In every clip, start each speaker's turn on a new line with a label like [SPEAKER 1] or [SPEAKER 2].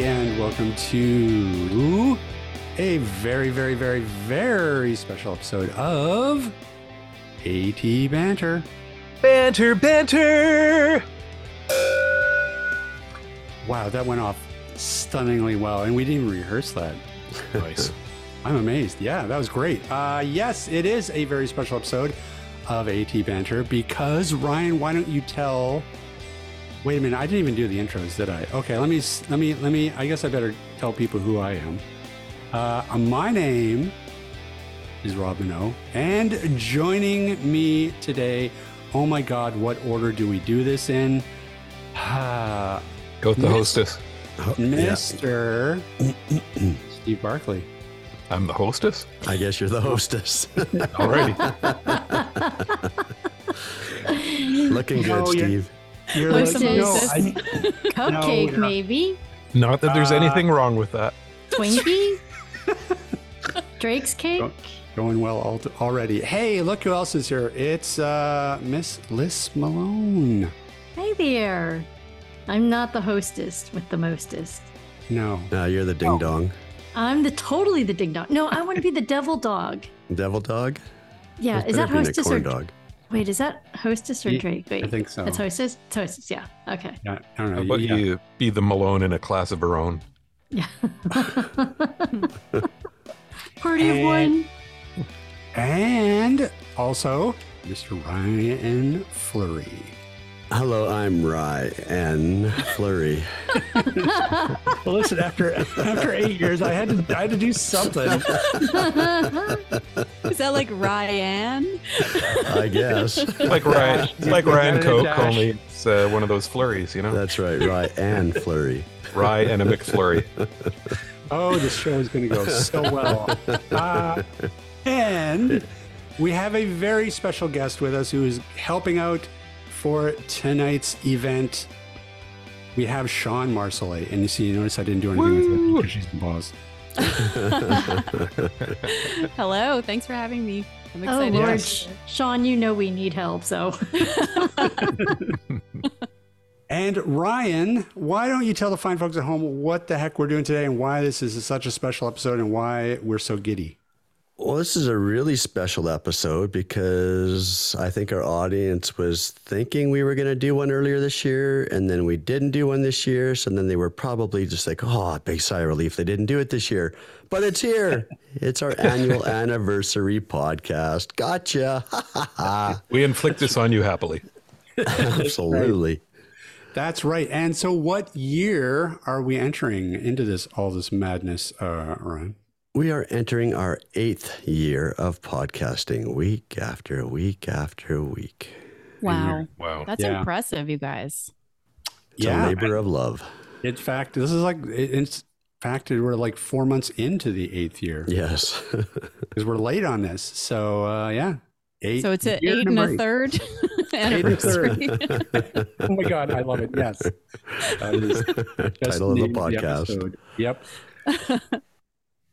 [SPEAKER 1] welcome to a very, very, very, very special episode of AT Banter.
[SPEAKER 2] Banter, banter.
[SPEAKER 1] Wow, that went off stunningly well, and we didn't even rehearse that.
[SPEAKER 2] Nice.
[SPEAKER 1] I'm amazed. Yeah, that was great. Uh, yes, it is a very special episode of AT Banter because Ryan, why don't you tell? Wait a minute, I didn't even do the intros, did I? Okay, let me s- let me let me. I guess I better tell people who I am. Uh, my name is Robin O, and joining me today. Oh my God, what order do we do this in? Ah,
[SPEAKER 2] Go with the hostess.
[SPEAKER 1] Mister Steve Barkley.
[SPEAKER 2] I'm the hostess.
[SPEAKER 3] I guess you're the hostess.
[SPEAKER 2] Alrighty.
[SPEAKER 3] Looking good,
[SPEAKER 1] No, you're-
[SPEAKER 3] Steve.
[SPEAKER 1] You're
[SPEAKER 4] What's
[SPEAKER 1] like, no,
[SPEAKER 4] this?
[SPEAKER 1] I-
[SPEAKER 4] Cupcake,
[SPEAKER 1] No, yeah.
[SPEAKER 4] maybe?
[SPEAKER 2] Not that there's
[SPEAKER 1] Uh,
[SPEAKER 2] anything wrong with that.
[SPEAKER 4] Twinkie? Drake's cake?
[SPEAKER 1] Going well al- already. Hey, look who else is here. It's uh, Miss Liz Malone.
[SPEAKER 4] Hey there. I'm not the hostess with the mostest.
[SPEAKER 1] No.
[SPEAKER 3] No, you're the ding
[SPEAKER 4] Oh.
[SPEAKER 3] dong.
[SPEAKER 4] I'm the totally the ding dong. No, I want to be the devil dog.
[SPEAKER 3] Devil dog?
[SPEAKER 4] Yeah,
[SPEAKER 3] That's
[SPEAKER 4] is that
[SPEAKER 3] better than a
[SPEAKER 4] hostess or
[SPEAKER 3] corn dog?
[SPEAKER 4] wait? Is that hostess or
[SPEAKER 1] Ye-
[SPEAKER 4] Drake? Wait,
[SPEAKER 1] I think so.
[SPEAKER 4] It's hostess. It's hostess. Yeah. Okay.
[SPEAKER 1] Yeah, I don't know.
[SPEAKER 2] How about
[SPEAKER 1] yeah.
[SPEAKER 2] you be the Malone in a class of her own?
[SPEAKER 4] Yeah. Party of one.
[SPEAKER 1] And also, Mr. Ryan Flurry.
[SPEAKER 3] Hello, I'm Rye and Flurry.
[SPEAKER 1] Well, listen, after after eight years, I had to I had to do something.
[SPEAKER 5] Is that like Ryan?
[SPEAKER 3] I guess.
[SPEAKER 2] Like Ryan, like Ryan
[SPEAKER 1] Got it in
[SPEAKER 2] Coke,
[SPEAKER 1] dash.
[SPEAKER 2] only it's uh, one of those flurries, you know?
[SPEAKER 3] That's right, Rye and Flurry.
[SPEAKER 2] Rye and a McFlurry.
[SPEAKER 1] Oh, this show is going to go so well. Uh, and we have a very special guest with us who is helping out for tonight's event. We have Sean Marcellet. And you see, you notice I didn't do anything with her
[SPEAKER 2] Woo!
[SPEAKER 1] because she's the boss.
[SPEAKER 5] Hello, thanks for having me. I'm
[SPEAKER 4] Oh
[SPEAKER 5] excited.
[SPEAKER 4] Lord,
[SPEAKER 1] Yes.
[SPEAKER 4] Sean, you know we need help, so.
[SPEAKER 1] And Ryan, why don't you tell the fine folks at home what the heck we're doing today and why this is such a special episode and why we're so giddy?
[SPEAKER 3] Well, this is a really special episode because I think our audience was thinking we were going to do one earlier this year, and then we didn't do one this year. So then they were probably just like, oh, big sigh of relief. They didn't do it this year, but it's here. it's our annual anniversary podcast. Gotcha.
[SPEAKER 2] We inflict this on you happily.
[SPEAKER 3] Absolutely.
[SPEAKER 1] That's right. And so, what year are we entering into this all this madness, uh, Ryan?
[SPEAKER 3] We are entering our eighth year of podcasting, week after week after week.
[SPEAKER 5] Wow.
[SPEAKER 2] Wow.
[SPEAKER 5] That's
[SPEAKER 1] Yeah.
[SPEAKER 5] impressive, you guys.
[SPEAKER 3] It's a labor of love.
[SPEAKER 1] In fact, this is like in fact we're like four months into the eighth year
[SPEAKER 3] Yes.
[SPEAKER 1] because we're late on this. So uh, yeah, eight.
[SPEAKER 5] So it's an
[SPEAKER 1] year
[SPEAKER 5] eight and
[SPEAKER 1] number
[SPEAKER 5] a third
[SPEAKER 1] Eight and a third.
[SPEAKER 5] anniversary.
[SPEAKER 1] Oh my god, I love it. Yes, That is just
[SPEAKER 3] Title of the
[SPEAKER 1] name
[SPEAKER 3] podcast.
[SPEAKER 1] episode. yep.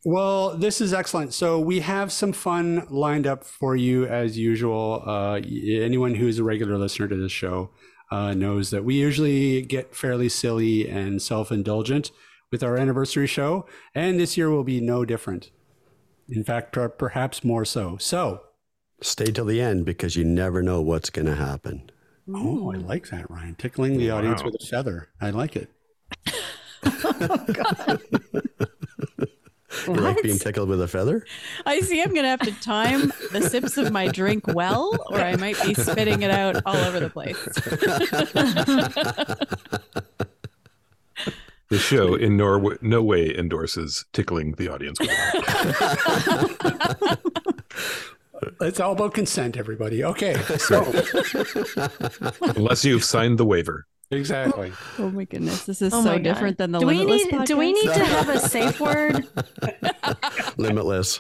[SPEAKER 1] well, this is excellent. So we have some fun lined up for you as usual. Uh, y- anyone who is a regular listener to this show uh, knows that we usually get fairly silly and self-indulgent with our anniversary show, and this year will be no different. In fact, per- perhaps more so. So,
[SPEAKER 3] Stay till the end because you never know what's going to happen.
[SPEAKER 1] oh, I like that, Ryan. Tickling the audience
[SPEAKER 2] Wow.
[SPEAKER 1] with a feather. I like it.
[SPEAKER 3] You like being tickled with a feather?
[SPEAKER 5] I see I'm going to have to time the sips of my drink well, or I might be spitting it out all over the place.
[SPEAKER 2] The show in nor- no way endorses tickling the audience. with it.
[SPEAKER 1] It's all about consent, everybody. Okay. So
[SPEAKER 2] Unless you've signed the waiver.
[SPEAKER 1] exactly.
[SPEAKER 5] Oh my goodness. This is
[SPEAKER 4] Oh
[SPEAKER 5] so
[SPEAKER 4] my God.
[SPEAKER 5] different than the
[SPEAKER 4] do we
[SPEAKER 5] Limitless
[SPEAKER 4] need do we
[SPEAKER 5] podcast.
[SPEAKER 4] need to have a safe word?
[SPEAKER 3] Limitless.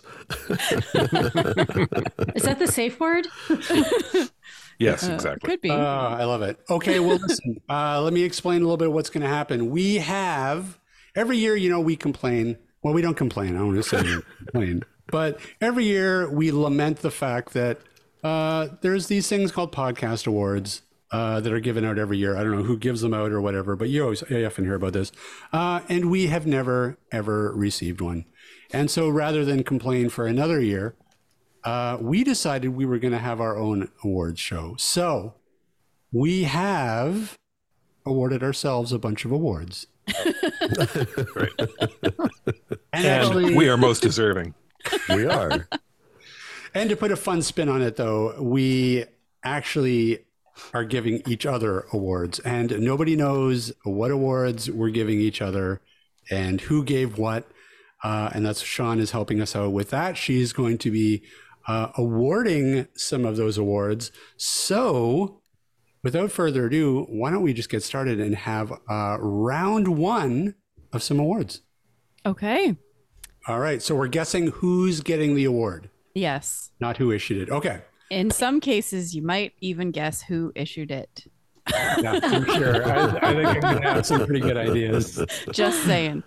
[SPEAKER 4] Is that the safe word?
[SPEAKER 2] Yes,
[SPEAKER 5] Uh,
[SPEAKER 2] exactly.
[SPEAKER 5] Could be.
[SPEAKER 1] Uh, I love it. Okay. Well, listen, uh, let me explain a little bit of what's going to happen. We have every year, you know, we complain. Well, we don't complain. I don't want to say we complain, but every year we lament the fact that uh, there's these things called podcast awards uh, that are given out every year. I don't know who gives them out or whatever, but you always you often hear about this. Uh, and we have never ever received one. And so rather than complain for another year, uh, we decided we were going to have our own awards show. So we have awarded ourselves a bunch of awards.
[SPEAKER 2] Right.
[SPEAKER 1] And, actually-
[SPEAKER 2] And we are most deserving.
[SPEAKER 3] We are.
[SPEAKER 1] and to put a fun spin on it, though, we actually are giving each other awards, and nobody knows what awards we're giving each other and who gave what. Uh, and that's Sean is helping us out with that. She's going to be uh, awarding some of those awards. So, without further ado, why don't we just get started and have uh, round one of some awards?
[SPEAKER 5] Okay.
[SPEAKER 1] All right. So, we're guessing who's getting the award,
[SPEAKER 5] Yes.
[SPEAKER 1] not who issued it. Okay.
[SPEAKER 5] In some cases, you might even guess who issued it.
[SPEAKER 1] Yeah, I'm sure. I, I think I can have some pretty good ideas.
[SPEAKER 5] Just saying.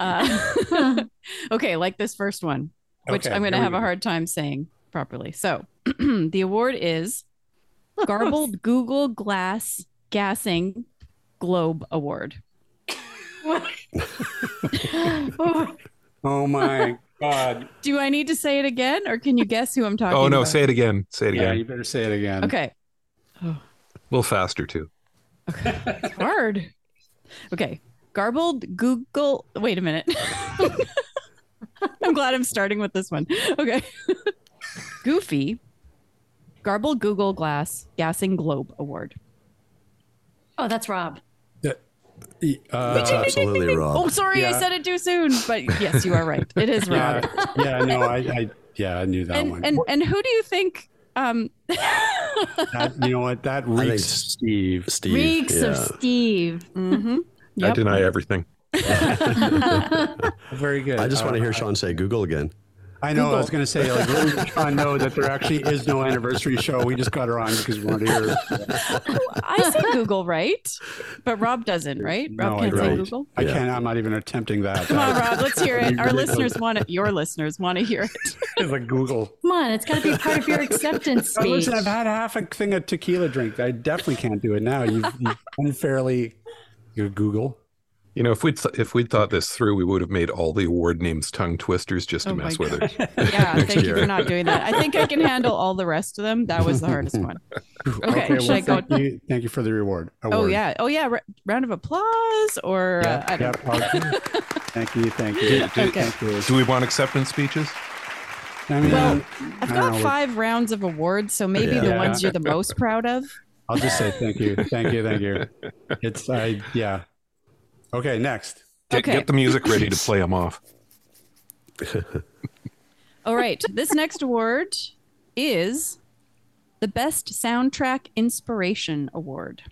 [SPEAKER 5] Uh, okay, like this first one, which
[SPEAKER 1] Okay,
[SPEAKER 5] I'm going to
[SPEAKER 1] here we
[SPEAKER 5] have a
[SPEAKER 1] go.
[SPEAKER 5] hard time saying properly. So the award is Garbled Google Glass Gassing Globe Award.
[SPEAKER 4] oh,
[SPEAKER 1] Oh my god!
[SPEAKER 5] Do I need to say it again, or can you guess who I'm talking about?
[SPEAKER 2] Oh no, say it again. Say it
[SPEAKER 1] Yeah,
[SPEAKER 2] again.
[SPEAKER 1] you better say it again.
[SPEAKER 5] Okay.
[SPEAKER 2] A little faster too.
[SPEAKER 5] hard. Okay. Garbled Google. Wait a minute. I'm glad I'm starting with this one. Okay. Goofy. Garbled Google Glass Gassing Globe Award.
[SPEAKER 4] Oh, that's Rob.
[SPEAKER 3] That's
[SPEAKER 1] Uh,
[SPEAKER 3] absolutely
[SPEAKER 5] Oh,
[SPEAKER 3] wrong.
[SPEAKER 5] sorry. I
[SPEAKER 1] Yeah.
[SPEAKER 5] said it too soon. But yes, you are right. It is Rob.
[SPEAKER 1] yeah, yeah, no, I, I, yeah, I knew that one.
[SPEAKER 5] and, and, and who do you think? Um,
[SPEAKER 1] That- you know what? That
[SPEAKER 3] think
[SPEAKER 1] reeks
[SPEAKER 3] it's-
[SPEAKER 1] Steve.
[SPEAKER 3] Steve.
[SPEAKER 4] Reeks
[SPEAKER 3] yeah.
[SPEAKER 4] of Steve.
[SPEAKER 5] mhm.
[SPEAKER 2] I
[SPEAKER 5] Yep.
[SPEAKER 2] deny everything.
[SPEAKER 1] Very good.
[SPEAKER 3] I just want
[SPEAKER 1] Uh,
[SPEAKER 3] to hear Sean say Google again.
[SPEAKER 1] I know. I was going to say, like, let me- Sean know that there actually is no anniversary show. We just got her on because we wanted to hear.
[SPEAKER 5] I say Google, right? But Rob doesn't, right? Rob
[SPEAKER 1] No, I
[SPEAKER 5] can't say
[SPEAKER 1] don't.
[SPEAKER 5] Google.
[SPEAKER 1] I
[SPEAKER 3] Yeah.
[SPEAKER 1] can't. I'm not even attempting that.
[SPEAKER 5] Come on,
[SPEAKER 1] That
[SPEAKER 5] Rob. Let's hear it. Our
[SPEAKER 1] really
[SPEAKER 5] listeners want it. Your listeners want to hear it.
[SPEAKER 1] is a Google.
[SPEAKER 4] Come on, it's got to be part of your acceptance
[SPEAKER 1] Oh,
[SPEAKER 4] speech.
[SPEAKER 1] listen, I've had half a thing of tequila drink. I definitely can't do it now. You've, you've unfairly, you Google.
[SPEAKER 2] You know, if we'd th- if we'd thought this through, we would have made all the award names tongue twisters just to
[SPEAKER 5] Oh my
[SPEAKER 2] mess with her.
[SPEAKER 5] Yeah, thank you
[SPEAKER 3] year.
[SPEAKER 5] for not doing that. I think I can handle all the rest of them. That was the hardest one. Okay, should I go?
[SPEAKER 1] thank you, thank you for the reward.
[SPEAKER 5] Oh
[SPEAKER 1] award.
[SPEAKER 5] yeah, oh yeah. Ra- round of applause, or
[SPEAKER 1] Yep,
[SPEAKER 5] uh, I don't.
[SPEAKER 1] yep, okay. thank you, thank you,
[SPEAKER 5] Okay.
[SPEAKER 1] thank you.
[SPEAKER 2] Do we want acceptance speeches?
[SPEAKER 1] I mean,
[SPEAKER 5] Well,
[SPEAKER 1] I
[SPEAKER 5] I've
[SPEAKER 1] don't
[SPEAKER 5] got
[SPEAKER 1] know.
[SPEAKER 5] five rounds of awards, so maybe the
[SPEAKER 1] Yeah.
[SPEAKER 5] ones you're the most proud of.
[SPEAKER 1] I'll just say thank you, thank you, thank you. It's I yeah. Okay, next.
[SPEAKER 2] Get,
[SPEAKER 5] Okay.
[SPEAKER 2] get the music ready to play them off.
[SPEAKER 5] All right, this next award is the best soundtrack inspiration award.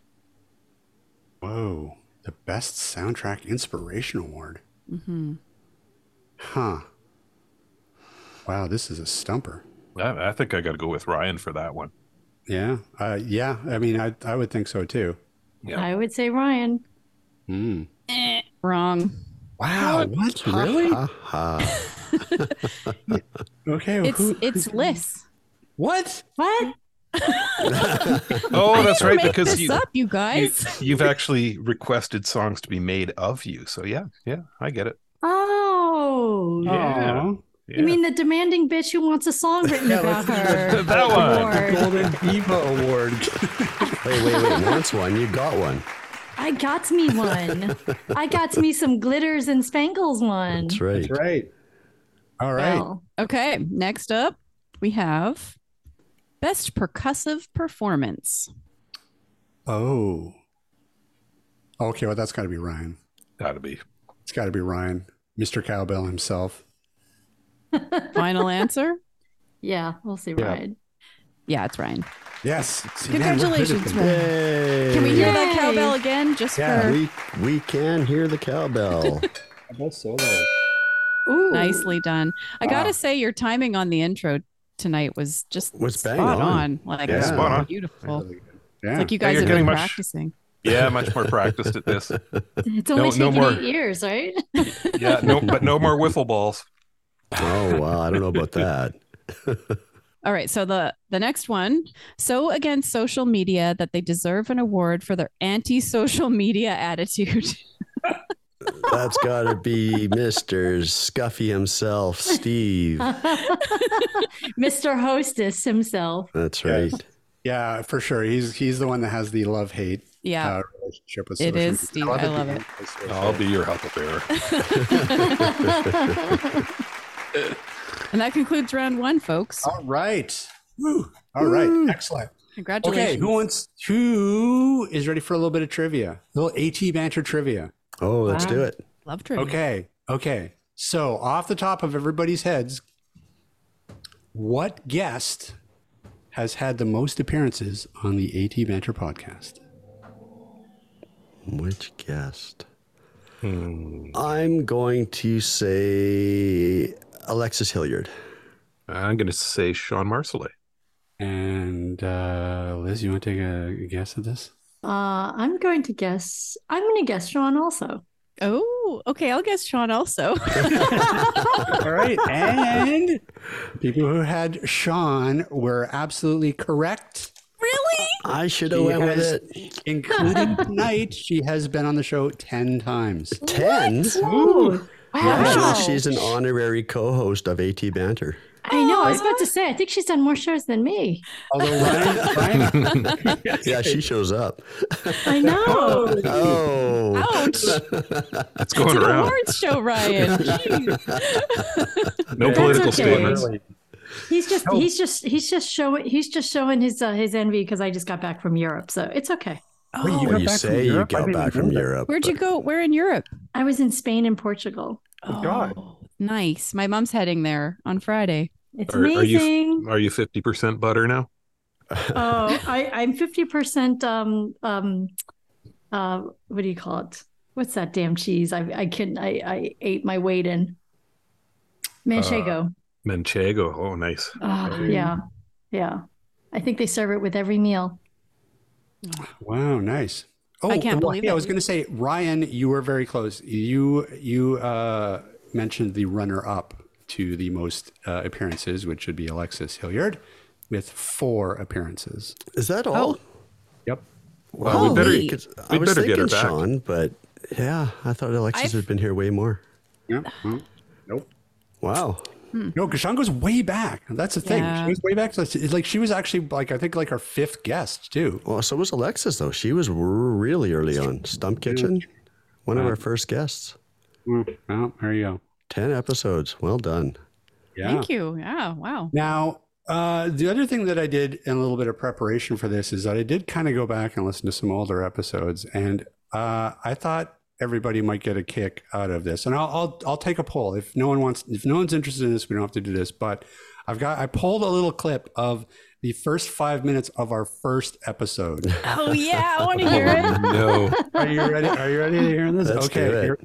[SPEAKER 1] Whoa, the best soundtrack inspiration award.
[SPEAKER 5] Mm-hmm.
[SPEAKER 1] Huh. Wow, this is a stumper.
[SPEAKER 2] I, I think I got to go with Ryan for that one.
[SPEAKER 1] Yeah, uh, yeah. I mean, I I would think so too.
[SPEAKER 4] I would say Ryan.
[SPEAKER 5] Wrong.
[SPEAKER 1] Wow, what really?
[SPEAKER 3] Aha.
[SPEAKER 1] Okay,
[SPEAKER 5] It's
[SPEAKER 1] Oh, who-
[SPEAKER 5] it's Liz.
[SPEAKER 1] what?
[SPEAKER 5] What?
[SPEAKER 2] Oh, that's right,
[SPEAKER 5] Make
[SPEAKER 2] because
[SPEAKER 5] this
[SPEAKER 2] you,
[SPEAKER 5] up, you
[SPEAKER 2] you
[SPEAKER 5] guys.
[SPEAKER 2] you've actually requested songs to be made of you. So yeah, yeah, I get it.
[SPEAKER 4] Oh.
[SPEAKER 2] Yeah.
[SPEAKER 1] Aw.
[SPEAKER 2] Yeah.
[SPEAKER 4] You mean the demanding bitch who wants a song written about her?
[SPEAKER 2] That one.
[SPEAKER 4] Award.
[SPEAKER 1] Golden Diva Award.
[SPEAKER 3] Wait, wait, wait. Wants one. You got one.
[SPEAKER 4] I got me one. I got me some glitters and spangles one.
[SPEAKER 3] That's right.
[SPEAKER 1] That's right. All right.
[SPEAKER 4] Well,
[SPEAKER 5] Okay, next up we have best percussive performance.
[SPEAKER 1] oh. Okay, well, that's got to be Ryan.
[SPEAKER 2] Gotta be.
[SPEAKER 1] It's got to be Ryan, Mr. Cowbell himself.
[SPEAKER 5] Final answer?
[SPEAKER 4] yeah, we'll see
[SPEAKER 1] Yeah.
[SPEAKER 4] Ryan.
[SPEAKER 5] Yeah, it's Ryan.
[SPEAKER 1] Yes. See, man, we're good at
[SPEAKER 5] Congratulations,
[SPEAKER 1] this.
[SPEAKER 5] Ryan.
[SPEAKER 3] Yay.
[SPEAKER 5] Can we hear
[SPEAKER 4] Yay.
[SPEAKER 5] that cowbell again? Just uh,
[SPEAKER 1] Yeah,
[SPEAKER 5] for
[SPEAKER 3] We we can hear the cowbell.
[SPEAKER 4] Ooh.
[SPEAKER 5] nicely done. I gotta say, your timing on the intro tonight was just
[SPEAKER 3] Was bang
[SPEAKER 5] spot
[SPEAKER 3] on.
[SPEAKER 5] on. Like
[SPEAKER 3] Yeah.
[SPEAKER 2] Spot on.
[SPEAKER 5] beautiful.
[SPEAKER 1] Yeah.
[SPEAKER 5] It's like you
[SPEAKER 2] Yeah,
[SPEAKER 5] guys
[SPEAKER 2] you're
[SPEAKER 5] have
[SPEAKER 2] getting
[SPEAKER 5] been
[SPEAKER 2] much-
[SPEAKER 5] practicing.
[SPEAKER 2] Yeah, much more practiced at this.
[SPEAKER 4] It's only
[SPEAKER 2] No- no
[SPEAKER 4] taken
[SPEAKER 2] more.
[SPEAKER 4] eight years, right?
[SPEAKER 2] Yeah, no, but no more wiffle balls.
[SPEAKER 3] Oh wow, I don't know about that.
[SPEAKER 5] All right, so the the next one, so against social media that they deserve an award for their anti-social media attitude.
[SPEAKER 3] That's got to be Mr. Scuffy himself, Steve.
[SPEAKER 4] Mr. Hostess himself.
[SPEAKER 3] That's right.
[SPEAKER 1] Yeah, for sure. He's he's the one that has the love hate
[SPEAKER 5] yeah.
[SPEAKER 1] uh, relationship with
[SPEAKER 5] It
[SPEAKER 1] social
[SPEAKER 5] is,
[SPEAKER 1] media.
[SPEAKER 5] Steve. I love it.
[SPEAKER 2] I'll be your huckleberry.
[SPEAKER 5] and that concludes round 1, folks.
[SPEAKER 1] All right. Woo. All right.
[SPEAKER 3] Woo.
[SPEAKER 1] Excellent.
[SPEAKER 5] Congratulations.
[SPEAKER 1] uh, Okay. Who wants? Who is ready for a little bit of trivia? A little AT banter trivia.
[SPEAKER 3] Oh, let's
[SPEAKER 5] Wow.
[SPEAKER 3] do it.
[SPEAKER 5] Love trivia.
[SPEAKER 1] Okay. Okay. So, off the top of everybody's heads, what guest has had the most appearances on the AT Banter podcast?
[SPEAKER 3] Which guest? I'm going to say Alexis Hilliard.
[SPEAKER 2] I'm going to say Sean Marcellet.
[SPEAKER 1] And uh, Liz, you want to take a, a guess at this?
[SPEAKER 4] Uh, I'm going to guess. I'm going to guess Sean also.
[SPEAKER 5] Oh, okay. I'll guess Sean also.
[SPEAKER 1] All right. And people who had Sean were absolutely correct,
[SPEAKER 5] really?
[SPEAKER 3] I should have
[SPEAKER 1] She
[SPEAKER 3] went with
[SPEAKER 1] has-
[SPEAKER 3] it.
[SPEAKER 1] including tonight. She has been on the show 10 times.
[SPEAKER 3] Ten.
[SPEAKER 4] Ooh. Wow.
[SPEAKER 3] Actually, she's an honorary co-host of AT Banter.
[SPEAKER 4] I know. Oh, I was about to say, I think she's done more shows than me.
[SPEAKER 1] Although Ryan, Ryan
[SPEAKER 3] Yeah, she shows up.
[SPEAKER 4] I know.
[SPEAKER 3] Oh,
[SPEAKER 5] Ouch.
[SPEAKER 2] That's
[SPEAKER 5] It's
[SPEAKER 2] going
[SPEAKER 5] an
[SPEAKER 2] around.
[SPEAKER 5] awards show, Ryan. Jeez.
[SPEAKER 2] No
[SPEAKER 4] That's
[SPEAKER 2] political
[SPEAKER 4] okay.
[SPEAKER 2] statements.
[SPEAKER 4] He's just he's just he's just showing he's just showing his uh, his envy because I just got back from Europe, so it's okay.
[SPEAKER 1] Wait, got
[SPEAKER 5] Oh,
[SPEAKER 3] well, you
[SPEAKER 1] back from
[SPEAKER 3] say you
[SPEAKER 1] Europe? I
[SPEAKER 3] got
[SPEAKER 1] didn't
[SPEAKER 3] back
[SPEAKER 1] know
[SPEAKER 3] from
[SPEAKER 1] that.
[SPEAKER 3] Europe.
[SPEAKER 5] where'd you go? Where in Europe?
[SPEAKER 4] I was in Spain and Portugal.
[SPEAKER 5] Oh,
[SPEAKER 1] God.
[SPEAKER 5] Nice. My mom's heading there on Friday.
[SPEAKER 4] It's
[SPEAKER 2] Are- are you-
[SPEAKER 4] amazing.
[SPEAKER 2] Are you 50% butter now?
[SPEAKER 4] oh, I, I'm fifty percent. Um, um, uh, what do you call it? What's that damn cheese? I I can I I ate my weight in.
[SPEAKER 2] Uh,
[SPEAKER 4] Manchego.
[SPEAKER 2] Manchego. Oh, nice.
[SPEAKER 4] oh, yeah, yeah. I think they serve it with every meal.
[SPEAKER 1] Wow, nice. Oh,
[SPEAKER 5] I can't
[SPEAKER 1] well,
[SPEAKER 5] believe
[SPEAKER 1] hey, I
[SPEAKER 5] it.
[SPEAKER 1] was going to say, Ryan, you were very close. You you uh, mentioned the runner-up to the most uh, appearances, which would be Alexis Hilliard, with four appearances.
[SPEAKER 3] Is that all?
[SPEAKER 1] Yep.
[SPEAKER 2] Well, we better-
[SPEAKER 3] Holy. 'Cause I
[SPEAKER 2] we
[SPEAKER 3] was
[SPEAKER 2] better get her
[SPEAKER 3] thinking
[SPEAKER 2] back.
[SPEAKER 3] Sean, but yeah, I thought Alexis
[SPEAKER 5] I've-
[SPEAKER 3] had been here way more.
[SPEAKER 1] Yep. Mm. Nope.
[SPEAKER 3] Wow.
[SPEAKER 1] No, because Sean goes way back. That's the thing.
[SPEAKER 5] Yeah.
[SPEAKER 1] She was way back. To, it's like she was actually like I think like our fifth guest too.
[SPEAKER 3] Well, so was Alexis though. She was r- really early on. Stump Kitchen,
[SPEAKER 1] Mm.
[SPEAKER 3] one of our first guests.
[SPEAKER 1] Well, there you go.
[SPEAKER 3] Ten episodes. Well done.
[SPEAKER 1] Yeah.
[SPEAKER 5] Thank you. Yeah. Wow.
[SPEAKER 1] Now, uh, the other thing that I did in a little bit of preparation for this is that I did kind of go back and listen to some older episodes, and uh, I thought everybody might get a kick out of this. And I'll, I'll I'll take a poll if no one wants if no one's interested in this, we don't have to do this. But I've got I pulled a little clip of the first five minutes of our first episode.
[SPEAKER 5] Oh yeah, I want to hear it.
[SPEAKER 2] Oh, no.
[SPEAKER 1] Are you ready? Are you ready to hear this?
[SPEAKER 3] Let's
[SPEAKER 1] okay.
[SPEAKER 3] do it.
[SPEAKER 1] Here,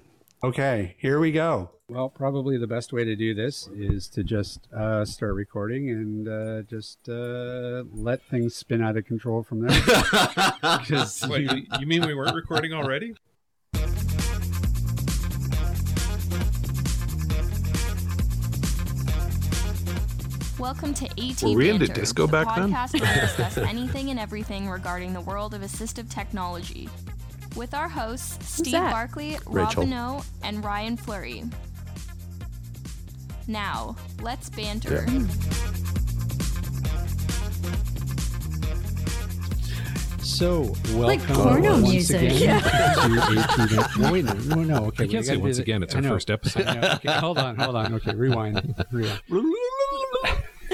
[SPEAKER 1] okay. Here we go.
[SPEAKER 6] Well, probably the best way to do this is to just uh, start recording and uh, just uh, let things spin out of control from there. Because
[SPEAKER 7] Wait, you, you mean we weren't recording already?
[SPEAKER 8] Welcome to AT
[SPEAKER 2] Were we into
[SPEAKER 8] Banter,
[SPEAKER 2] disco
[SPEAKER 8] the
[SPEAKER 2] back then?
[SPEAKER 8] podcast where we discuss anything and everything regarding the world of assistive technology. With our hosts, Steve
[SPEAKER 5] that?
[SPEAKER 8] Barkley, Rob
[SPEAKER 3] Rachel.
[SPEAKER 8] Minot, and Ryan Fleury. Now, let's banter.
[SPEAKER 6] so
[SPEAKER 4] Like
[SPEAKER 6] welcome
[SPEAKER 4] porno
[SPEAKER 6] once
[SPEAKER 4] music.
[SPEAKER 6] again
[SPEAKER 4] Yeah.
[SPEAKER 6] to AT. No, wait, no, no, no. Okay,
[SPEAKER 7] I can't
[SPEAKER 6] we
[SPEAKER 7] say
[SPEAKER 6] gotta do
[SPEAKER 7] once
[SPEAKER 6] the-
[SPEAKER 7] again. It's
[SPEAKER 6] I
[SPEAKER 7] our
[SPEAKER 6] know.
[SPEAKER 7] first episode.
[SPEAKER 6] I know. Okay, hold on, hold on. Okay, rewind, rewind.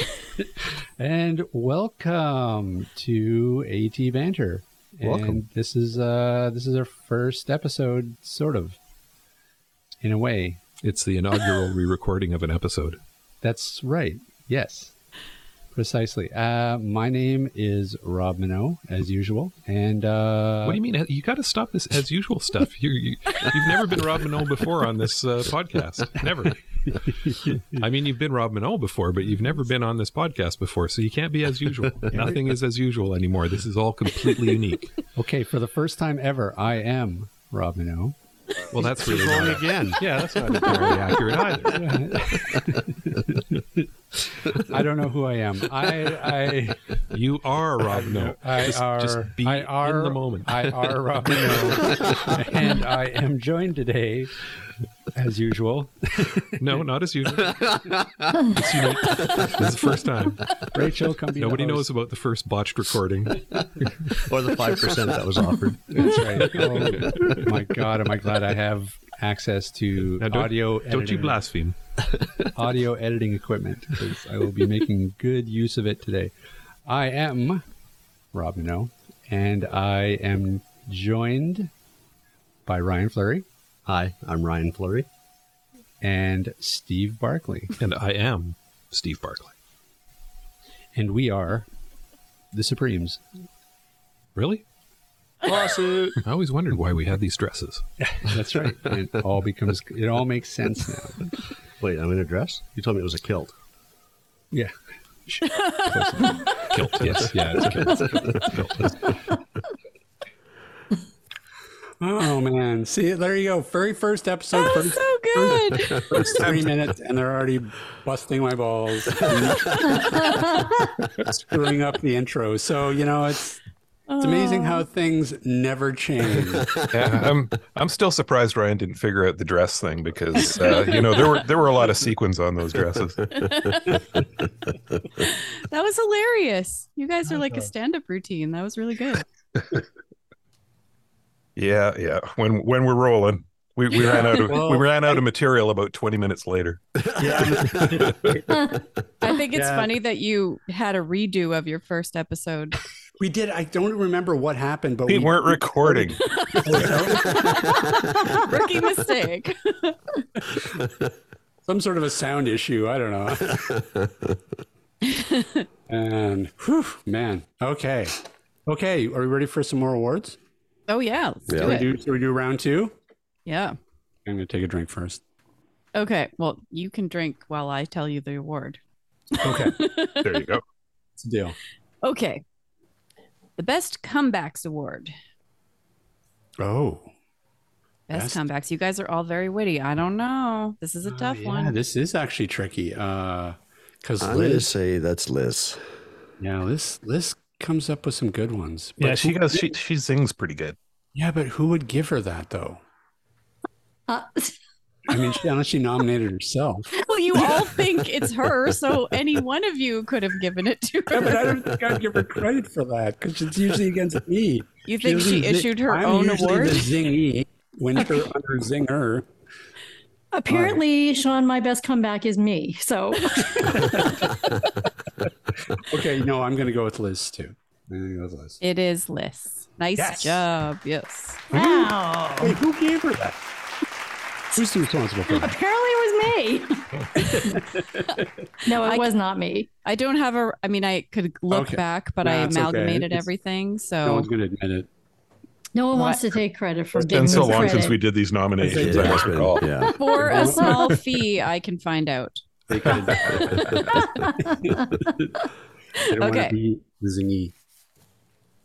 [SPEAKER 6] and welcome to AT Banter.
[SPEAKER 3] Welcome.
[SPEAKER 6] And this is uh this is our first episode, sort of, in a way.
[SPEAKER 2] It's the inaugural re recording of an episode.
[SPEAKER 6] That's right. Yes, precisely. Uh, my name is Rob Minot, as usual, and uh,
[SPEAKER 2] What do you mean? You got to stop this as usual stuff. You, you, you've never been Rob Minot before on this uh, podcast. Never. I mean, you've been Rob Minot before, but you've never been on this podcast before, so you can't be as usual. Nothing is as usual anymore. This is all completely unique.
[SPEAKER 6] okay, for the first time ever, I am Rob Minot,
[SPEAKER 2] Well, that's really
[SPEAKER 3] She's wrong
[SPEAKER 2] not,
[SPEAKER 3] again.
[SPEAKER 2] yeah, that's not entirely accurate either.
[SPEAKER 6] I don't know who I am. I I
[SPEAKER 2] You are Rob No.
[SPEAKER 6] I
[SPEAKER 2] just,
[SPEAKER 6] are
[SPEAKER 2] just be
[SPEAKER 6] I are
[SPEAKER 2] in the moment.
[SPEAKER 6] I are Robin, Noel, and I am joined today, as usual,
[SPEAKER 2] no, not as usual. It's unique. This is the first time.
[SPEAKER 6] Rachel. Come be the
[SPEAKER 2] Nobody knows
[SPEAKER 6] host.
[SPEAKER 2] about the first botched recording.
[SPEAKER 3] Or the 5% that was offered.
[SPEAKER 6] That's right. Oh my God, am I glad I have access to
[SPEAKER 2] Now, don't-
[SPEAKER 6] audio editing,
[SPEAKER 2] Don't you blaspheme.
[SPEAKER 6] audio editing equipment because I will be making good use of it today. I am Rob Minot, and I am joined by Ryan Flurry
[SPEAKER 3] Hi, I'm Ryan Flurry.
[SPEAKER 6] and Steve Barkley.
[SPEAKER 2] And I am Steve Barkley.
[SPEAKER 6] and we are the Supremes.
[SPEAKER 2] Really?
[SPEAKER 3] Lawsuit.
[SPEAKER 2] I always wondered why we had these dresses.
[SPEAKER 6] That's right. it all becomes it all makes sense now.
[SPEAKER 3] Wait, I'm in a dress? You told me it was a kilt.
[SPEAKER 6] Yeah.
[SPEAKER 2] Kilt. Yes. Yeah. It's kilt. Kilt.
[SPEAKER 6] Oh man.
[SPEAKER 1] See, there you go. Very first episode, first,
[SPEAKER 5] so good.
[SPEAKER 1] first three minutes, and they're already busting my balls, screwing up the intro. So you know, it's it's amazing how things never change.
[SPEAKER 7] Yeah, I'm I'm still surprised Ryan didn't figure out the dress thing because uh, you know there were there were a lot of sequins on those dresses.
[SPEAKER 5] Oh, That was hilarious. You guys are
[SPEAKER 1] Oh,
[SPEAKER 5] like a stand-up routine. That was really good.
[SPEAKER 7] Yeah, yeah. When when we're rolling, we, we ran out of we ran out of material about 20 minutes later.
[SPEAKER 5] I think it's
[SPEAKER 1] Yeah.
[SPEAKER 5] funny that you had a redo of your first episode.
[SPEAKER 1] We did. I don't remember what happened, but
[SPEAKER 7] We
[SPEAKER 1] we
[SPEAKER 7] weren't recording.
[SPEAKER 5] Rookie mistake.
[SPEAKER 1] some sort of a sound issue. I don't know. and whew, man, okay, okay. Are we ready for some more awards?
[SPEAKER 5] Oh yeah, let's
[SPEAKER 3] Yeah.
[SPEAKER 5] do
[SPEAKER 1] Should we
[SPEAKER 5] it.
[SPEAKER 1] do, should we do round two?
[SPEAKER 5] Yeah.
[SPEAKER 1] I'm gonna take a drink first.
[SPEAKER 5] Okay. Well, you can drink while I tell you the award.
[SPEAKER 1] Okay,
[SPEAKER 7] There you go.
[SPEAKER 1] it's a deal.
[SPEAKER 5] Okay. The best comebacks award.
[SPEAKER 1] Oh,
[SPEAKER 5] Best,
[SPEAKER 1] Best? Oh,
[SPEAKER 5] comebacks. You guys are all very witty. I don't know. This is a tough
[SPEAKER 1] yeah,
[SPEAKER 5] one.
[SPEAKER 1] this is actually tricky. Uh, because
[SPEAKER 3] I'm going to
[SPEAKER 1] Liz,
[SPEAKER 3] say that's Liz.
[SPEAKER 1] yeah, Liz, Liz comes up with some good ones. But
[SPEAKER 7] Yeah, she
[SPEAKER 1] who-
[SPEAKER 7] goes. She she sings pretty good.
[SPEAKER 1] Yeah, but who would give her that though?
[SPEAKER 4] Uh,
[SPEAKER 1] I mean, she, unless she nominated herself.
[SPEAKER 5] Well, you all think it's her, so any one of you could have given it to
[SPEAKER 1] Yeah, but I
[SPEAKER 5] her.
[SPEAKER 1] don't think I'd give her credit for that because it's usually against me.
[SPEAKER 5] You think
[SPEAKER 1] Usually
[SPEAKER 5] she
[SPEAKER 1] zi-
[SPEAKER 5] issued her
[SPEAKER 1] I'm
[SPEAKER 5] own
[SPEAKER 1] usually
[SPEAKER 5] award?
[SPEAKER 1] The zingy when her under zinger.
[SPEAKER 4] apparently, Sean, my best comeback is me. So
[SPEAKER 1] Okay, no, I'm going to go with Liz too. I'm gonna go with Liz.
[SPEAKER 5] It is Liz. Nice
[SPEAKER 1] Yes.
[SPEAKER 5] job. Yes.
[SPEAKER 4] wow,
[SPEAKER 1] Wait, who gave her that? Who's responsible for that?
[SPEAKER 4] apparently it was me. no, it
[SPEAKER 5] I-
[SPEAKER 4] was not me.
[SPEAKER 5] I don't have a. I mean, I could look
[SPEAKER 1] Okay.
[SPEAKER 5] back, but I
[SPEAKER 1] Nah, it's okay.
[SPEAKER 5] amalgamated
[SPEAKER 1] It's-
[SPEAKER 5] everything.
[SPEAKER 1] No
[SPEAKER 5] So
[SPEAKER 1] one's going to admit it.
[SPEAKER 4] No one wants to take credit for
[SPEAKER 7] It's
[SPEAKER 4] giving
[SPEAKER 7] been so
[SPEAKER 4] me
[SPEAKER 7] long
[SPEAKER 4] credit.
[SPEAKER 7] since we did these nominations. I
[SPEAKER 3] Yeah, it's
[SPEAKER 7] don't
[SPEAKER 3] been-
[SPEAKER 7] recall.
[SPEAKER 3] yeah.
[SPEAKER 5] for a small fee, I can find out.
[SPEAKER 1] They could. they don't
[SPEAKER 5] Okay.
[SPEAKER 1] want to be zingy.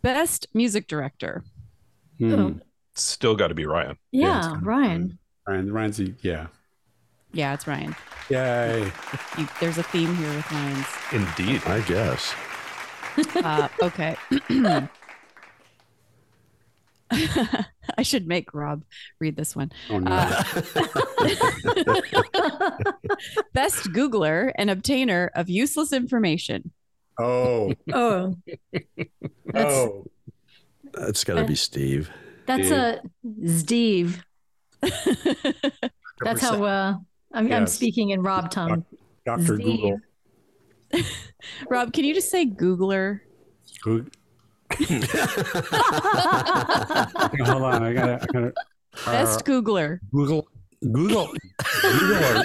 [SPEAKER 5] Best music director.
[SPEAKER 1] Hmm.
[SPEAKER 4] Oh,
[SPEAKER 7] It's Still got to be Ryan.
[SPEAKER 1] it's
[SPEAKER 4] yeah,
[SPEAKER 1] kind of
[SPEAKER 4] Ryan.
[SPEAKER 1] Ryan, Ryan's, a- yeah.
[SPEAKER 5] Yeah, it's Ryan.
[SPEAKER 1] Yay.
[SPEAKER 5] You, there's a theme here with Ryan's.
[SPEAKER 7] Indeed.
[SPEAKER 3] I guess.
[SPEAKER 5] Uh, okay. I should make Rob read this one.
[SPEAKER 1] Oh, no.
[SPEAKER 5] Uh, Best Googler and obtainer of useless information.
[SPEAKER 1] oh,
[SPEAKER 4] Oh, that's
[SPEAKER 1] oh.
[SPEAKER 3] That's got to be Steve.
[SPEAKER 4] that's a Steve. That's how uh, I'm, I'm
[SPEAKER 1] Yes.
[SPEAKER 4] speaking in Rob tongue.
[SPEAKER 1] Dr. Google.
[SPEAKER 5] Rob, can you just say Googler?
[SPEAKER 1] Who- Hold on, I gotta, I gotta.
[SPEAKER 4] Uh,
[SPEAKER 5] Best Googler.
[SPEAKER 1] Google, Google, Google,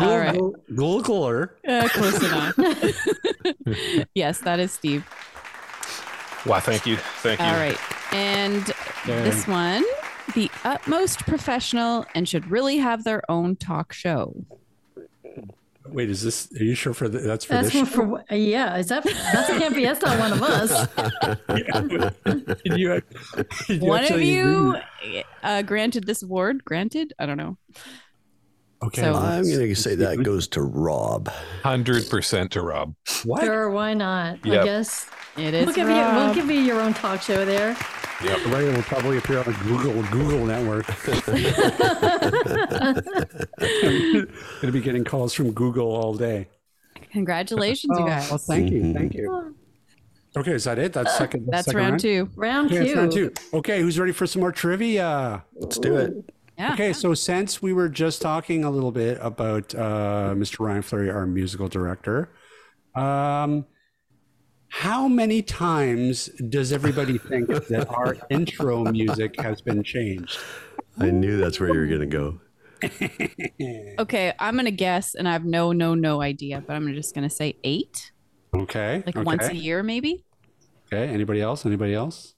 [SPEAKER 5] All right.
[SPEAKER 1] Google, Googler.
[SPEAKER 5] Uh, close enough. yes, that is Steve.
[SPEAKER 7] Wow. Thank you. Thank you.
[SPEAKER 5] All right. And this one, the utmost professional and should really have their own talk show.
[SPEAKER 1] Wait, is this? Are you sure for the, that's for
[SPEAKER 4] That's
[SPEAKER 1] this?
[SPEAKER 4] one for uh, yeah. Is that that can't be? That's not one of us.
[SPEAKER 1] show? Did you, did you
[SPEAKER 5] One of
[SPEAKER 1] actually
[SPEAKER 5] you
[SPEAKER 1] agree?
[SPEAKER 5] uh, granted this award. Granted, I don't know.
[SPEAKER 1] Okay,
[SPEAKER 5] So-
[SPEAKER 1] well,
[SPEAKER 3] I'm going to say that goes to Rob.
[SPEAKER 7] Hundred percent to Rob.
[SPEAKER 1] what?
[SPEAKER 4] Sure, why not?
[SPEAKER 7] Yep.
[SPEAKER 4] I guess
[SPEAKER 5] It
[SPEAKER 4] we'll
[SPEAKER 5] is.
[SPEAKER 4] give you we'll
[SPEAKER 5] Rob.
[SPEAKER 4] give you your own talk show there.
[SPEAKER 1] Right, it will probably appear on Google Google Network. Gonna be getting calls from Google all day.
[SPEAKER 5] Congratulations, you guys.
[SPEAKER 1] Oh, Well, thank you, thank you. Okay, is that it? That's second.
[SPEAKER 5] That's
[SPEAKER 1] second
[SPEAKER 5] round two.
[SPEAKER 4] Round
[SPEAKER 1] Yeah,
[SPEAKER 4] two.
[SPEAKER 1] it's round two. Okay, who's ready for some more trivia?
[SPEAKER 3] Let's do it.
[SPEAKER 5] Yeah.
[SPEAKER 1] Okay, so since we were just talking a little bit about uh, Mr. Ryan Flurry, our musical director, um, how many times does everybody think that our intro music has been changed?
[SPEAKER 3] I knew that's where you were going to go.
[SPEAKER 5] Okay, I'm gonna guess, and I have no, no, no idea, but I'm just gonna say eight,
[SPEAKER 1] Okay,
[SPEAKER 5] like
[SPEAKER 1] okay,
[SPEAKER 5] once a year, maybe.
[SPEAKER 1] Okay, anybody else? Anybody else?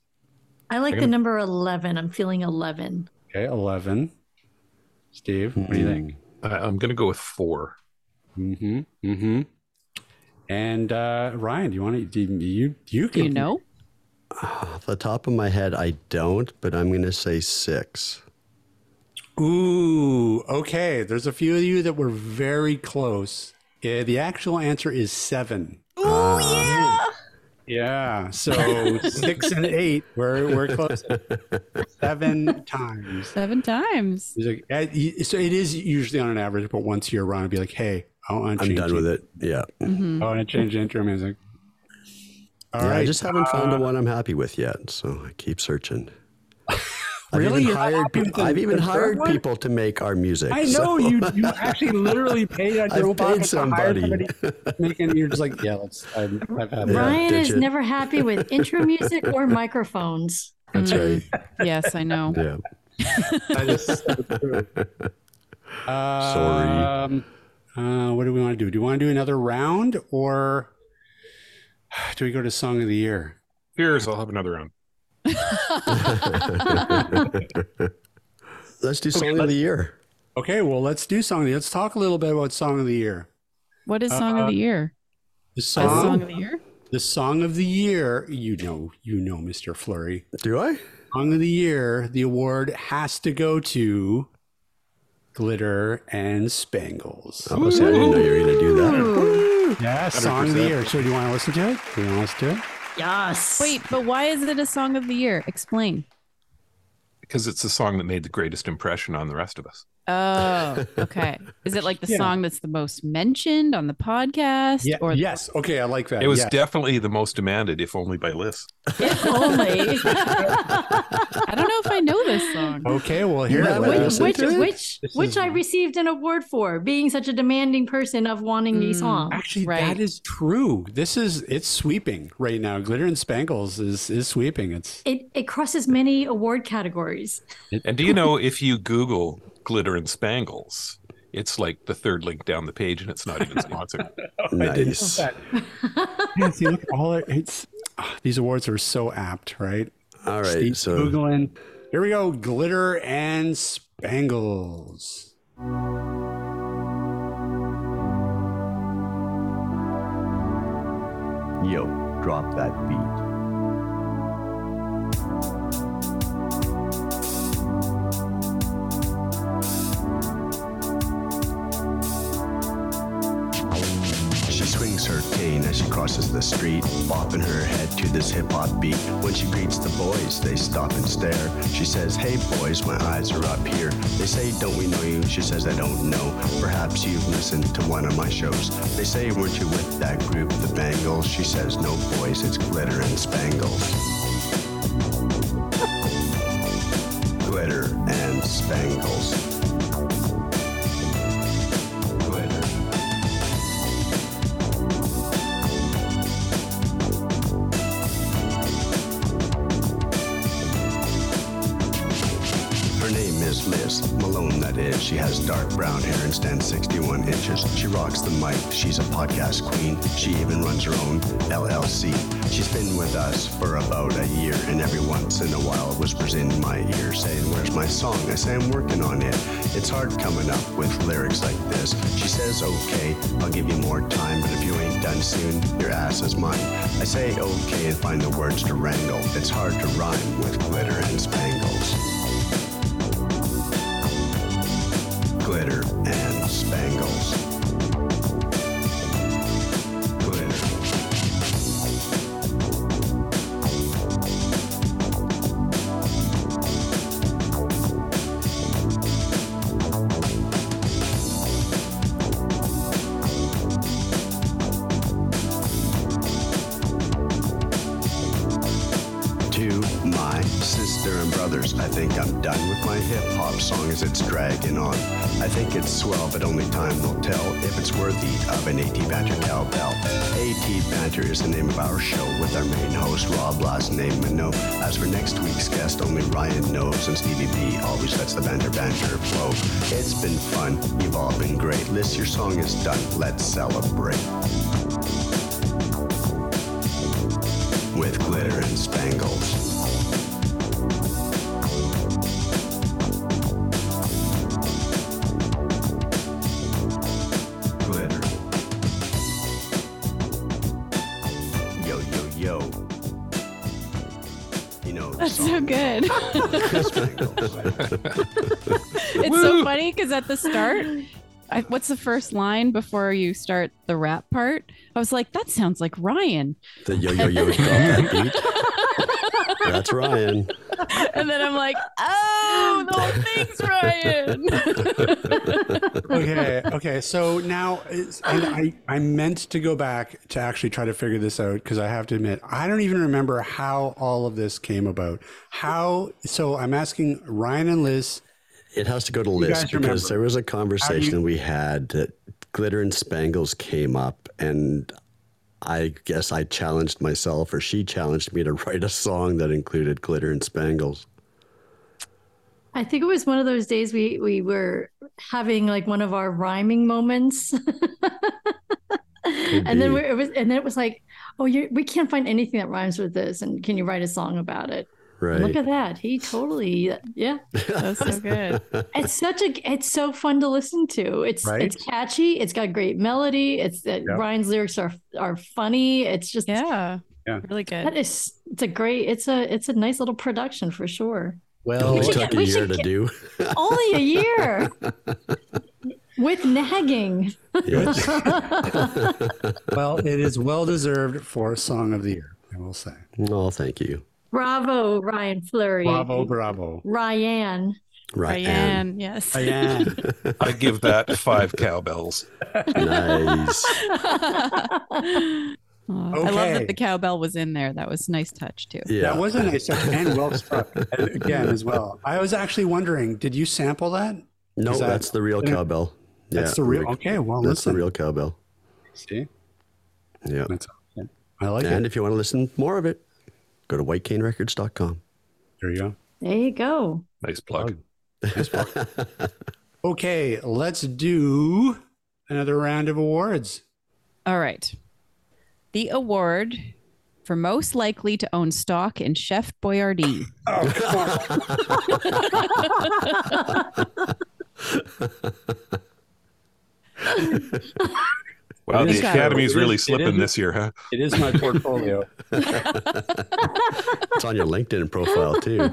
[SPEAKER 4] I like the number eleven. I'm feeling eleven.
[SPEAKER 1] Okay, eleven. Steve, what do you think?
[SPEAKER 2] I, I'm gonna go with four.
[SPEAKER 1] Mm-hmm. Mm-hmm. And uh, Ryan, do you want to? You you, you
[SPEAKER 5] Do
[SPEAKER 1] can
[SPEAKER 5] you know?
[SPEAKER 3] Off the top of my head, I don't, but I'm going to say six.
[SPEAKER 1] Ooh, okay. There's a few of you that were very close. Yeah, the actual answer is seven. Ooh, yeah. Yeah. So six and eight. We're we're close. seven times.
[SPEAKER 5] Seven times.
[SPEAKER 1] He's like, eh, he- so it is usually on an average, but once you're around, I'd be like, hey, I want to
[SPEAKER 3] I'm
[SPEAKER 1] change.
[SPEAKER 3] done with it. Yeah.
[SPEAKER 1] I want to change the intro music. All right.
[SPEAKER 3] Mm-hmm.
[SPEAKER 1] uh,
[SPEAKER 3] Yeah, I just haven't found the one I'm happy with yet, so I keep searching.
[SPEAKER 1] Really?
[SPEAKER 3] I've
[SPEAKER 1] You're not happy with
[SPEAKER 3] even hired, people,
[SPEAKER 1] the-
[SPEAKER 3] I've even
[SPEAKER 1] the third
[SPEAKER 3] hired
[SPEAKER 1] one?
[SPEAKER 3] people to make our music.
[SPEAKER 1] I
[SPEAKER 3] so-
[SPEAKER 1] know you. You actually literally paid out
[SPEAKER 3] I've
[SPEAKER 1] your own
[SPEAKER 3] paid
[SPEAKER 1] pocket
[SPEAKER 3] somebody.
[SPEAKER 1] to hire somebody. Making you're just like, yeah, let's. I've, I've had
[SPEAKER 3] Yeah,
[SPEAKER 4] Ryan
[SPEAKER 3] ditch
[SPEAKER 4] is
[SPEAKER 3] it.
[SPEAKER 4] never happy with intro music or microphones.
[SPEAKER 3] That's right.
[SPEAKER 5] Mm. Yes, I know.
[SPEAKER 3] Yeah. Sorry.
[SPEAKER 1] Um, uh, what do we want to do? Do you want to do another round or do we go to song of the year?
[SPEAKER 2] Here's I'll have another round.
[SPEAKER 3] Let's do song of the year.
[SPEAKER 1] Okay, well, let's do song of the year. Let's talk a little bit about song of the year.
[SPEAKER 5] What is song
[SPEAKER 3] Uh,
[SPEAKER 5] of the year?
[SPEAKER 1] The
[SPEAKER 5] What is
[SPEAKER 1] song,
[SPEAKER 5] song of the year?
[SPEAKER 1] the song of the year. You know, you know, Mr. Flurry.
[SPEAKER 3] Do I?
[SPEAKER 1] Song of the year. The award has to go to Glitter and Spangles.
[SPEAKER 3] Oh, see, I didn't know you were going to do that.
[SPEAKER 1] yeah, song of the year. So, do you want to listen to it? Do you want to listen to it?
[SPEAKER 4] Yes.
[SPEAKER 5] Wait, but why is it a song of the year? Explain.
[SPEAKER 2] Because it's the song that made the greatest impression on the rest of us.
[SPEAKER 5] Oh, okay. Is it like the song that's the most mentioned on the podcast?
[SPEAKER 1] Yeah.
[SPEAKER 5] Or
[SPEAKER 1] yes. Okay, I like that.
[SPEAKER 2] It was
[SPEAKER 1] Yeah.
[SPEAKER 2] definitely the most demanded, if only by Liz.
[SPEAKER 4] only.
[SPEAKER 5] I don't know if I know this song.
[SPEAKER 1] Okay, well, here.
[SPEAKER 3] might
[SPEAKER 1] let
[SPEAKER 3] wanna
[SPEAKER 1] us-
[SPEAKER 3] listen
[SPEAKER 4] which
[SPEAKER 3] to it?
[SPEAKER 4] which
[SPEAKER 1] This
[SPEAKER 4] which
[SPEAKER 1] is-
[SPEAKER 4] I received an award for being such a demanding person of wanting these songs.
[SPEAKER 1] Actually, that
[SPEAKER 5] Right.
[SPEAKER 1] is true. This is it's sweeping right now. Glitter and Spangles is is sweeping. It's
[SPEAKER 4] It it crosses many award categories.
[SPEAKER 2] And do you know if you Google glitter and spangles, it's like the third link down the page, and it's not even sponsored.
[SPEAKER 3] Nice.
[SPEAKER 1] yeah, see, look, all it- it's ah, these awards are so apt, right?
[SPEAKER 3] All
[SPEAKER 1] Steve
[SPEAKER 3] right. So
[SPEAKER 1] Googling. Here we go. Glitter and Spangles.
[SPEAKER 3] yo, drop that beat. She swings her cane as she crosses the street, bopping her head to this hip hop beat. When she greets the boys, they stop and stare. She says, Hey boys, my eyes are up here. They say, Don't we know you? She says, I don't know. Perhaps you've listened to one of my shows. They say, Weren't you with that group, the Bangles? She says, No boys, it's glitter and spangles. glitter and spangles. Glitter. Her name is Liz Malone, that is. She has dark brown hair and stands 61 inches. She rocks the mic. She's a podcast queen. She even runs her own LLC. She's been with us for about a year, and every once in a while whispers in my ear saying, Where's my song? I say, I'm working on it. It's hard coming up with lyrics like this. She says, Okay, I'll give you more time, but if you ain't done soon, your ass is mine. I say, Okay, and find the words to wrangle. It's hard to rhyme with glitter and spangles. Glitter and spangles. Glitter. to my sister and brothers. I think I'm done with my hip hop song as it's dragging on. I think it's swell, but only time will tell if it's worthy of an AT Banter cowbell. AT Banter is the name of our show with our main host, Rob, last name Minot. As for next week's guest, only Ryan knows, and Stevie B always lets the banter banter flow. It's been fun. You've all been great. List, your song is done. Let's celebrate with glitter and spangles. glitter. Yo, yo, yo. You know, the
[SPEAKER 5] That's so
[SPEAKER 3] song,
[SPEAKER 5] good.
[SPEAKER 3] Spangles.
[SPEAKER 5] It's so funny because at the start, I, what's the first line before you start the rap part? I was like, that sounds like Ryan.
[SPEAKER 3] the yo, yo, yo. drop that beat. That's Ryan.
[SPEAKER 5] And then I'm like, oh, the whole thing's Ryan.
[SPEAKER 1] okay okay so now it's, and I, I meant to go back to actually try to figure this out because i have to admit i don't even remember how all of this came about how so i'm asking ryan and liz
[SPEAKER 3] It has to go to list
[SPEAKER 1] guys remember.
[SPEAKER 3] because there was a conversation we had that glitter and spangles came up, and I guess I challenged myself, or she challenged me to write a song that included glitter and spangles.
[SPEAKER 4] I think it was one of those days we we were having like one of our rhyming moments, and then
[SPEAKER 3] be.
[SPEAKER 4] we, it was and then it was like, oh, you we can't find anything that rhymes with this, and can you write a song about it?
[SPEAKER 3] Right.
[SPEAKER 4] Look at that, he totally yeah.
[SPEAKER 5] That's so good.
[SPEAKER 4] It's such a it's so fun to listen to. It's
[SPEAKER 1] Right?
[SPEAKER 4] it's catchy. It's got great melody. It's that Ryan's lyrics are are funny. It's just
[SPEAKER 5] Yeah.
[SPEAKER 1] Yeah.
[SPEAKER 5] Really good.
[SPEAKER 4] That is it's a great it's a it's a nice little production for sure.
[SPEAKER 3] Well,
[SPEAKER 4] We
[SPEAKER 3] it
[SPEAKER 4] should
[SPEAKER 3] took
[SPEAKER 4] get-
[SPEAKER 3] a
[SPEAKER 4] we
[SPEAKER 3] year
[SPEAKER 4] should
[SPEAKER 3] to
[SPEAKER 4] get-
[SPEAKER 3] do.
[SPEAKER 4] Only a year. With nagging.
[SPEAKER 3] Yes.
[SPEAKER 1] well it is well deserved for song of the year i will say
[SPEAKER 3] oh, thank you,
[SPEAKER 4] Bravo, Ryan Flurry.
[SPEAKER 1] bravo bravo
[SPEAKER 4] Ryan.
[SPEAKER 3] Ryan.
[SPEAKER 5] Ryan. Yes.
[SPEAKER 1] yeah
[SPEAKER 7] I give that five cowbells.
[SPEAKER 3] Nice.
[SPEAKER 5] Aw, I love
[SPEAKER 1] Okay.
[SPEAKER 5] that the cowbell was in there. That was a nice touch too.
[SPEAKER 3] Yeah.
[SPEAKER 1] that was a nice touch and well struck again as well i was actually wondering did you sample that
[SPEAKER 3] no,
[SPEAKER 1] is that-
[SPEAKER 3] that's the real cowbell. Yeah,
[SPEAKER 1] that's the real okay well
[SPEAKER 3] That's the
[SPEAKER 1] listen
[SPEAKER 3] real cowbell.
[SPEAKER 1] see
[SPEAKER 3] Yeah.
[SPEAKER 1] that's i like it
[SPEAKER 3] And if you want to listen more of it, go to whitecanerecords.com.
[SPEAKER 1] there you go
[SPEAKER 4] There you go.
[SPEAKER 7] Nice plug.
[SPEAKER 1] Okay, let's do another round of awards.
[SPEAKER 5] All right. The award for most likely to own stock in Chef Boyardee.
[SPEAKER 7] Wow,
[SPEAKER 1] It
[SPEAKER 7] the
[SPEAKER 1] is kind of-
[SPEAKER 7] academy's
[SPEAKER 1] it is-
[SPEAKER 7] really
[SPEAKER 1] it
[SPEAKER 7] slipping
[SPEAKER 1] is-
[SPEAKER 7] this year, huh?
[SPEAKER 1] It is my portfolio.
[SPEAKER 3] It's on your LinkedIn profile too.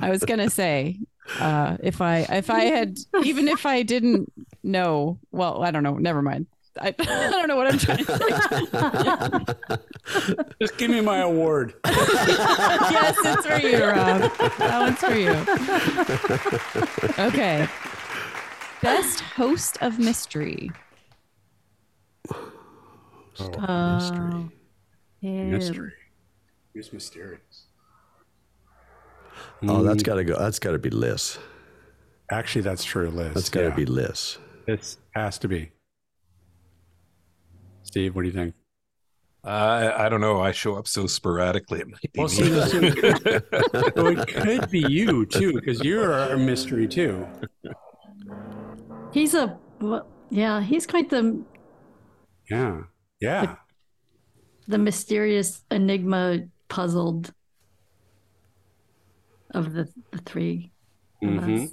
[SPEAKER 5] I was gonna say, uh, if I if I had even if I didn't know, well, I don't know. Never mind. I, I don't know what I'm trying to say.
[SPEAKER 1] Just give me my award.
[SPEAKER 5] yes, it's for you, Rob. That one's for you. Okay. Best host of mystery.
[SPEAKER 4] Oh,
[SPEAKER 5] Um,
[SPEAKER 4] yeah.
[SPEAKER 1] Here's mysterious.
[SPEAKER 3] Oh,
[SPEAKER 1] Mm.
[SPEAKER 3] that's gotta go. That's gotta be Liz.
[SPEAKER 1] Actually, that's true, Liz.
[SPEAKER 3] That's gotta be Liz.
[SPEAKER 1] This has to be. Steve, what do you think?
[SPEAKER 7] Uh, I don't know. I show up so sporadically. It might be
[SPEAKER 1] Well,
[SPEAKER 7] me.
[SPEAKER 1] see, see- so it could be you too, because you're a mystery too.
[SPEAKER 4] He's a, well, yeah, he's quite the
[SPEAKER 1] Yeah, yeah.
[SPEAKER 4] the mysterious enigma puzzled of the, the three. of
[SPEAKER 3] Mm-hmm.
[SPEAKER 1] Mhm.
[SPEAKER 4] us.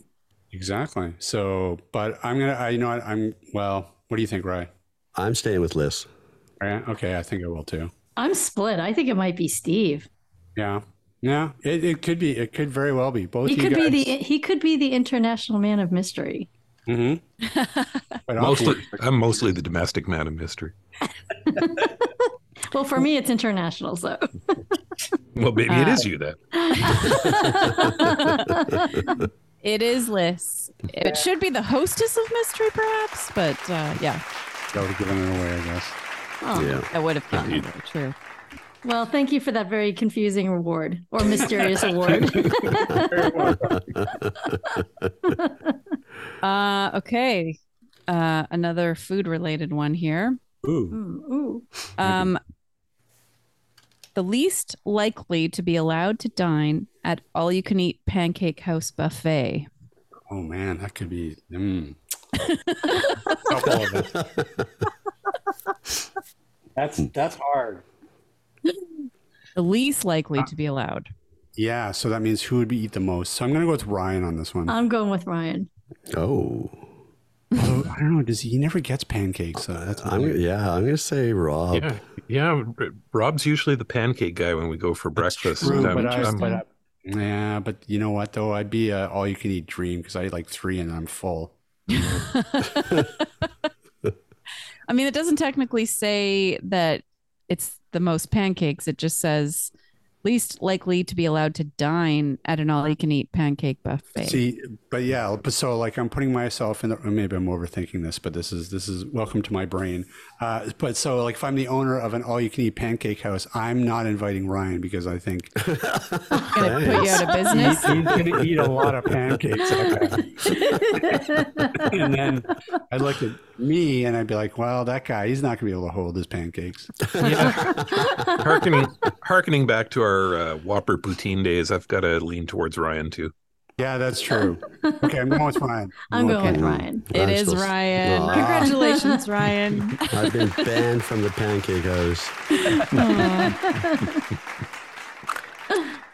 [SPEAKER 1] Exactly. So, but I'm gonna. I you know what? I'm well. What do you think, Ryan?
[SPEAKER 3] I'm staying with Liz.
[SPEAKER 1] Ryan? Okay, I think I will too.
[SPEAKER 4] I'm split. I think it might be Steve.
[SPEAKER 1] Yeah. Yeah. It, it could be. It could very well be both.
[SPEAKER 4] he
[SPEAKER 1] you
[SPEAKER 4] could
[SPEAKER 1] guys,
[SPEAKER 4] be the he could be the international man of mystery.
[SPEAKER 1] Mhm. But
[SPEAKER 7] mostly,
[SPEAKER 1] often-
[SPEAKER 7] I'm mostly the domestic man of mystery.
[SPEAKER 4] Well, for me, it's international. So
[SPEAKER 7] Well, maybe it is you then.
[SPEAKER 5] It is Liz. It should be the hostess of mystery, perhaps, but uh, yeah,
[SPEAKER 1] That would have given it away, I guess.
[SPEAKER 4] Oh.
[SPEAKER 3] Yeah.
[SPEAKER 5] that would have gotten it. True.
[SPEAKER 4] Well, thank you for that very confusing reward or mysterious award.
[SPEAKER 5] Uh, okay. Uh, another food related one here.
[SPEAKER 1] Ooh.
[SPEAKER 4] Mm, Ooh.
[SPEAKER 5] Um, the least likely to be allowed to dine at all you can eat pancake house buffet.
[SPEAKER 1] Oh man, that could be. Mm. Couple of us.
[SPEAKER 9] That's that's hard.
[SPEAKER 5] The least likely to be allowed.
[SPEAKER 1] yeah. So that means who would be eat the most? So I'm gonna go with Ryan on this one.
[SPEAKER 4] I'm going with Ryan.
[SPEAKER 3] Oh,
[SPEAKER 1] Although, I don't know. Does he, he never gets pancakes? So that's
[SPEAKER 3] I'm yeah. I'm gonna say
[SPEAKER 1] Oh.
[SPEAKER 3] Rob.
[SPEAKER 7] Yeah, yeah. R- Rob's usually the pancake guy when we go for breakfast.
[SPEAKER 1] true,
[SPEAKER 7] and
[SPEAKER 1] but I-
[SPEAKER 7] I'm,
[SPEAKER 1] but I- yeah, but you know what though? I'd be uh, a all-you-can-eat dream because I eat like three and I'm full.
[SPEAKER 5] I mean, it doesn't technically say that it's the most pancakes. It just says least likely to be allowed to dine at an all you can eat pancake buffet.
[SPEAKER 1] See, but yeah, but so like I'm putting myself in the maybe I'm overthinking this, but this is this is welcome to my brain. Uh, but so like if I'm the owner of an all-you-can-eat pancake house, I'm not inviting Ryan because I think
[SPEAKER 5] Gonna put you out of
[SPEAKER 1] he-
[SPEAKER 5] business.
[SPEAKER 1] he's going to eat a lot of pancakes. and then I'd look at me and I'd be like, well, that guy, he's not going to be able to hold his pancakes.
[SPEAKER 7] harkening, harkening back to our uh, Whopper poutine days, I've got to lean towards Ryan too.
[SPEAKER 1] Yeah, that's true. Okay, I'm going with Ryan.
[SPEAKER 4] I'm going with
[SPEAKER 3] Okay.
[SPEAKER 4] Ryan.
[SPEAKER 5] It
[SPEAKER 3] I'm
[SPEAKER 5] is
[SPEAKER 3] still-
[SPEAKER 5] Ryan.
[SPEAKER 3] Aw.
[SPEAKER 5] Congratulations, Ryan.
[SPEAKER 3] I've been banned from the pancake house.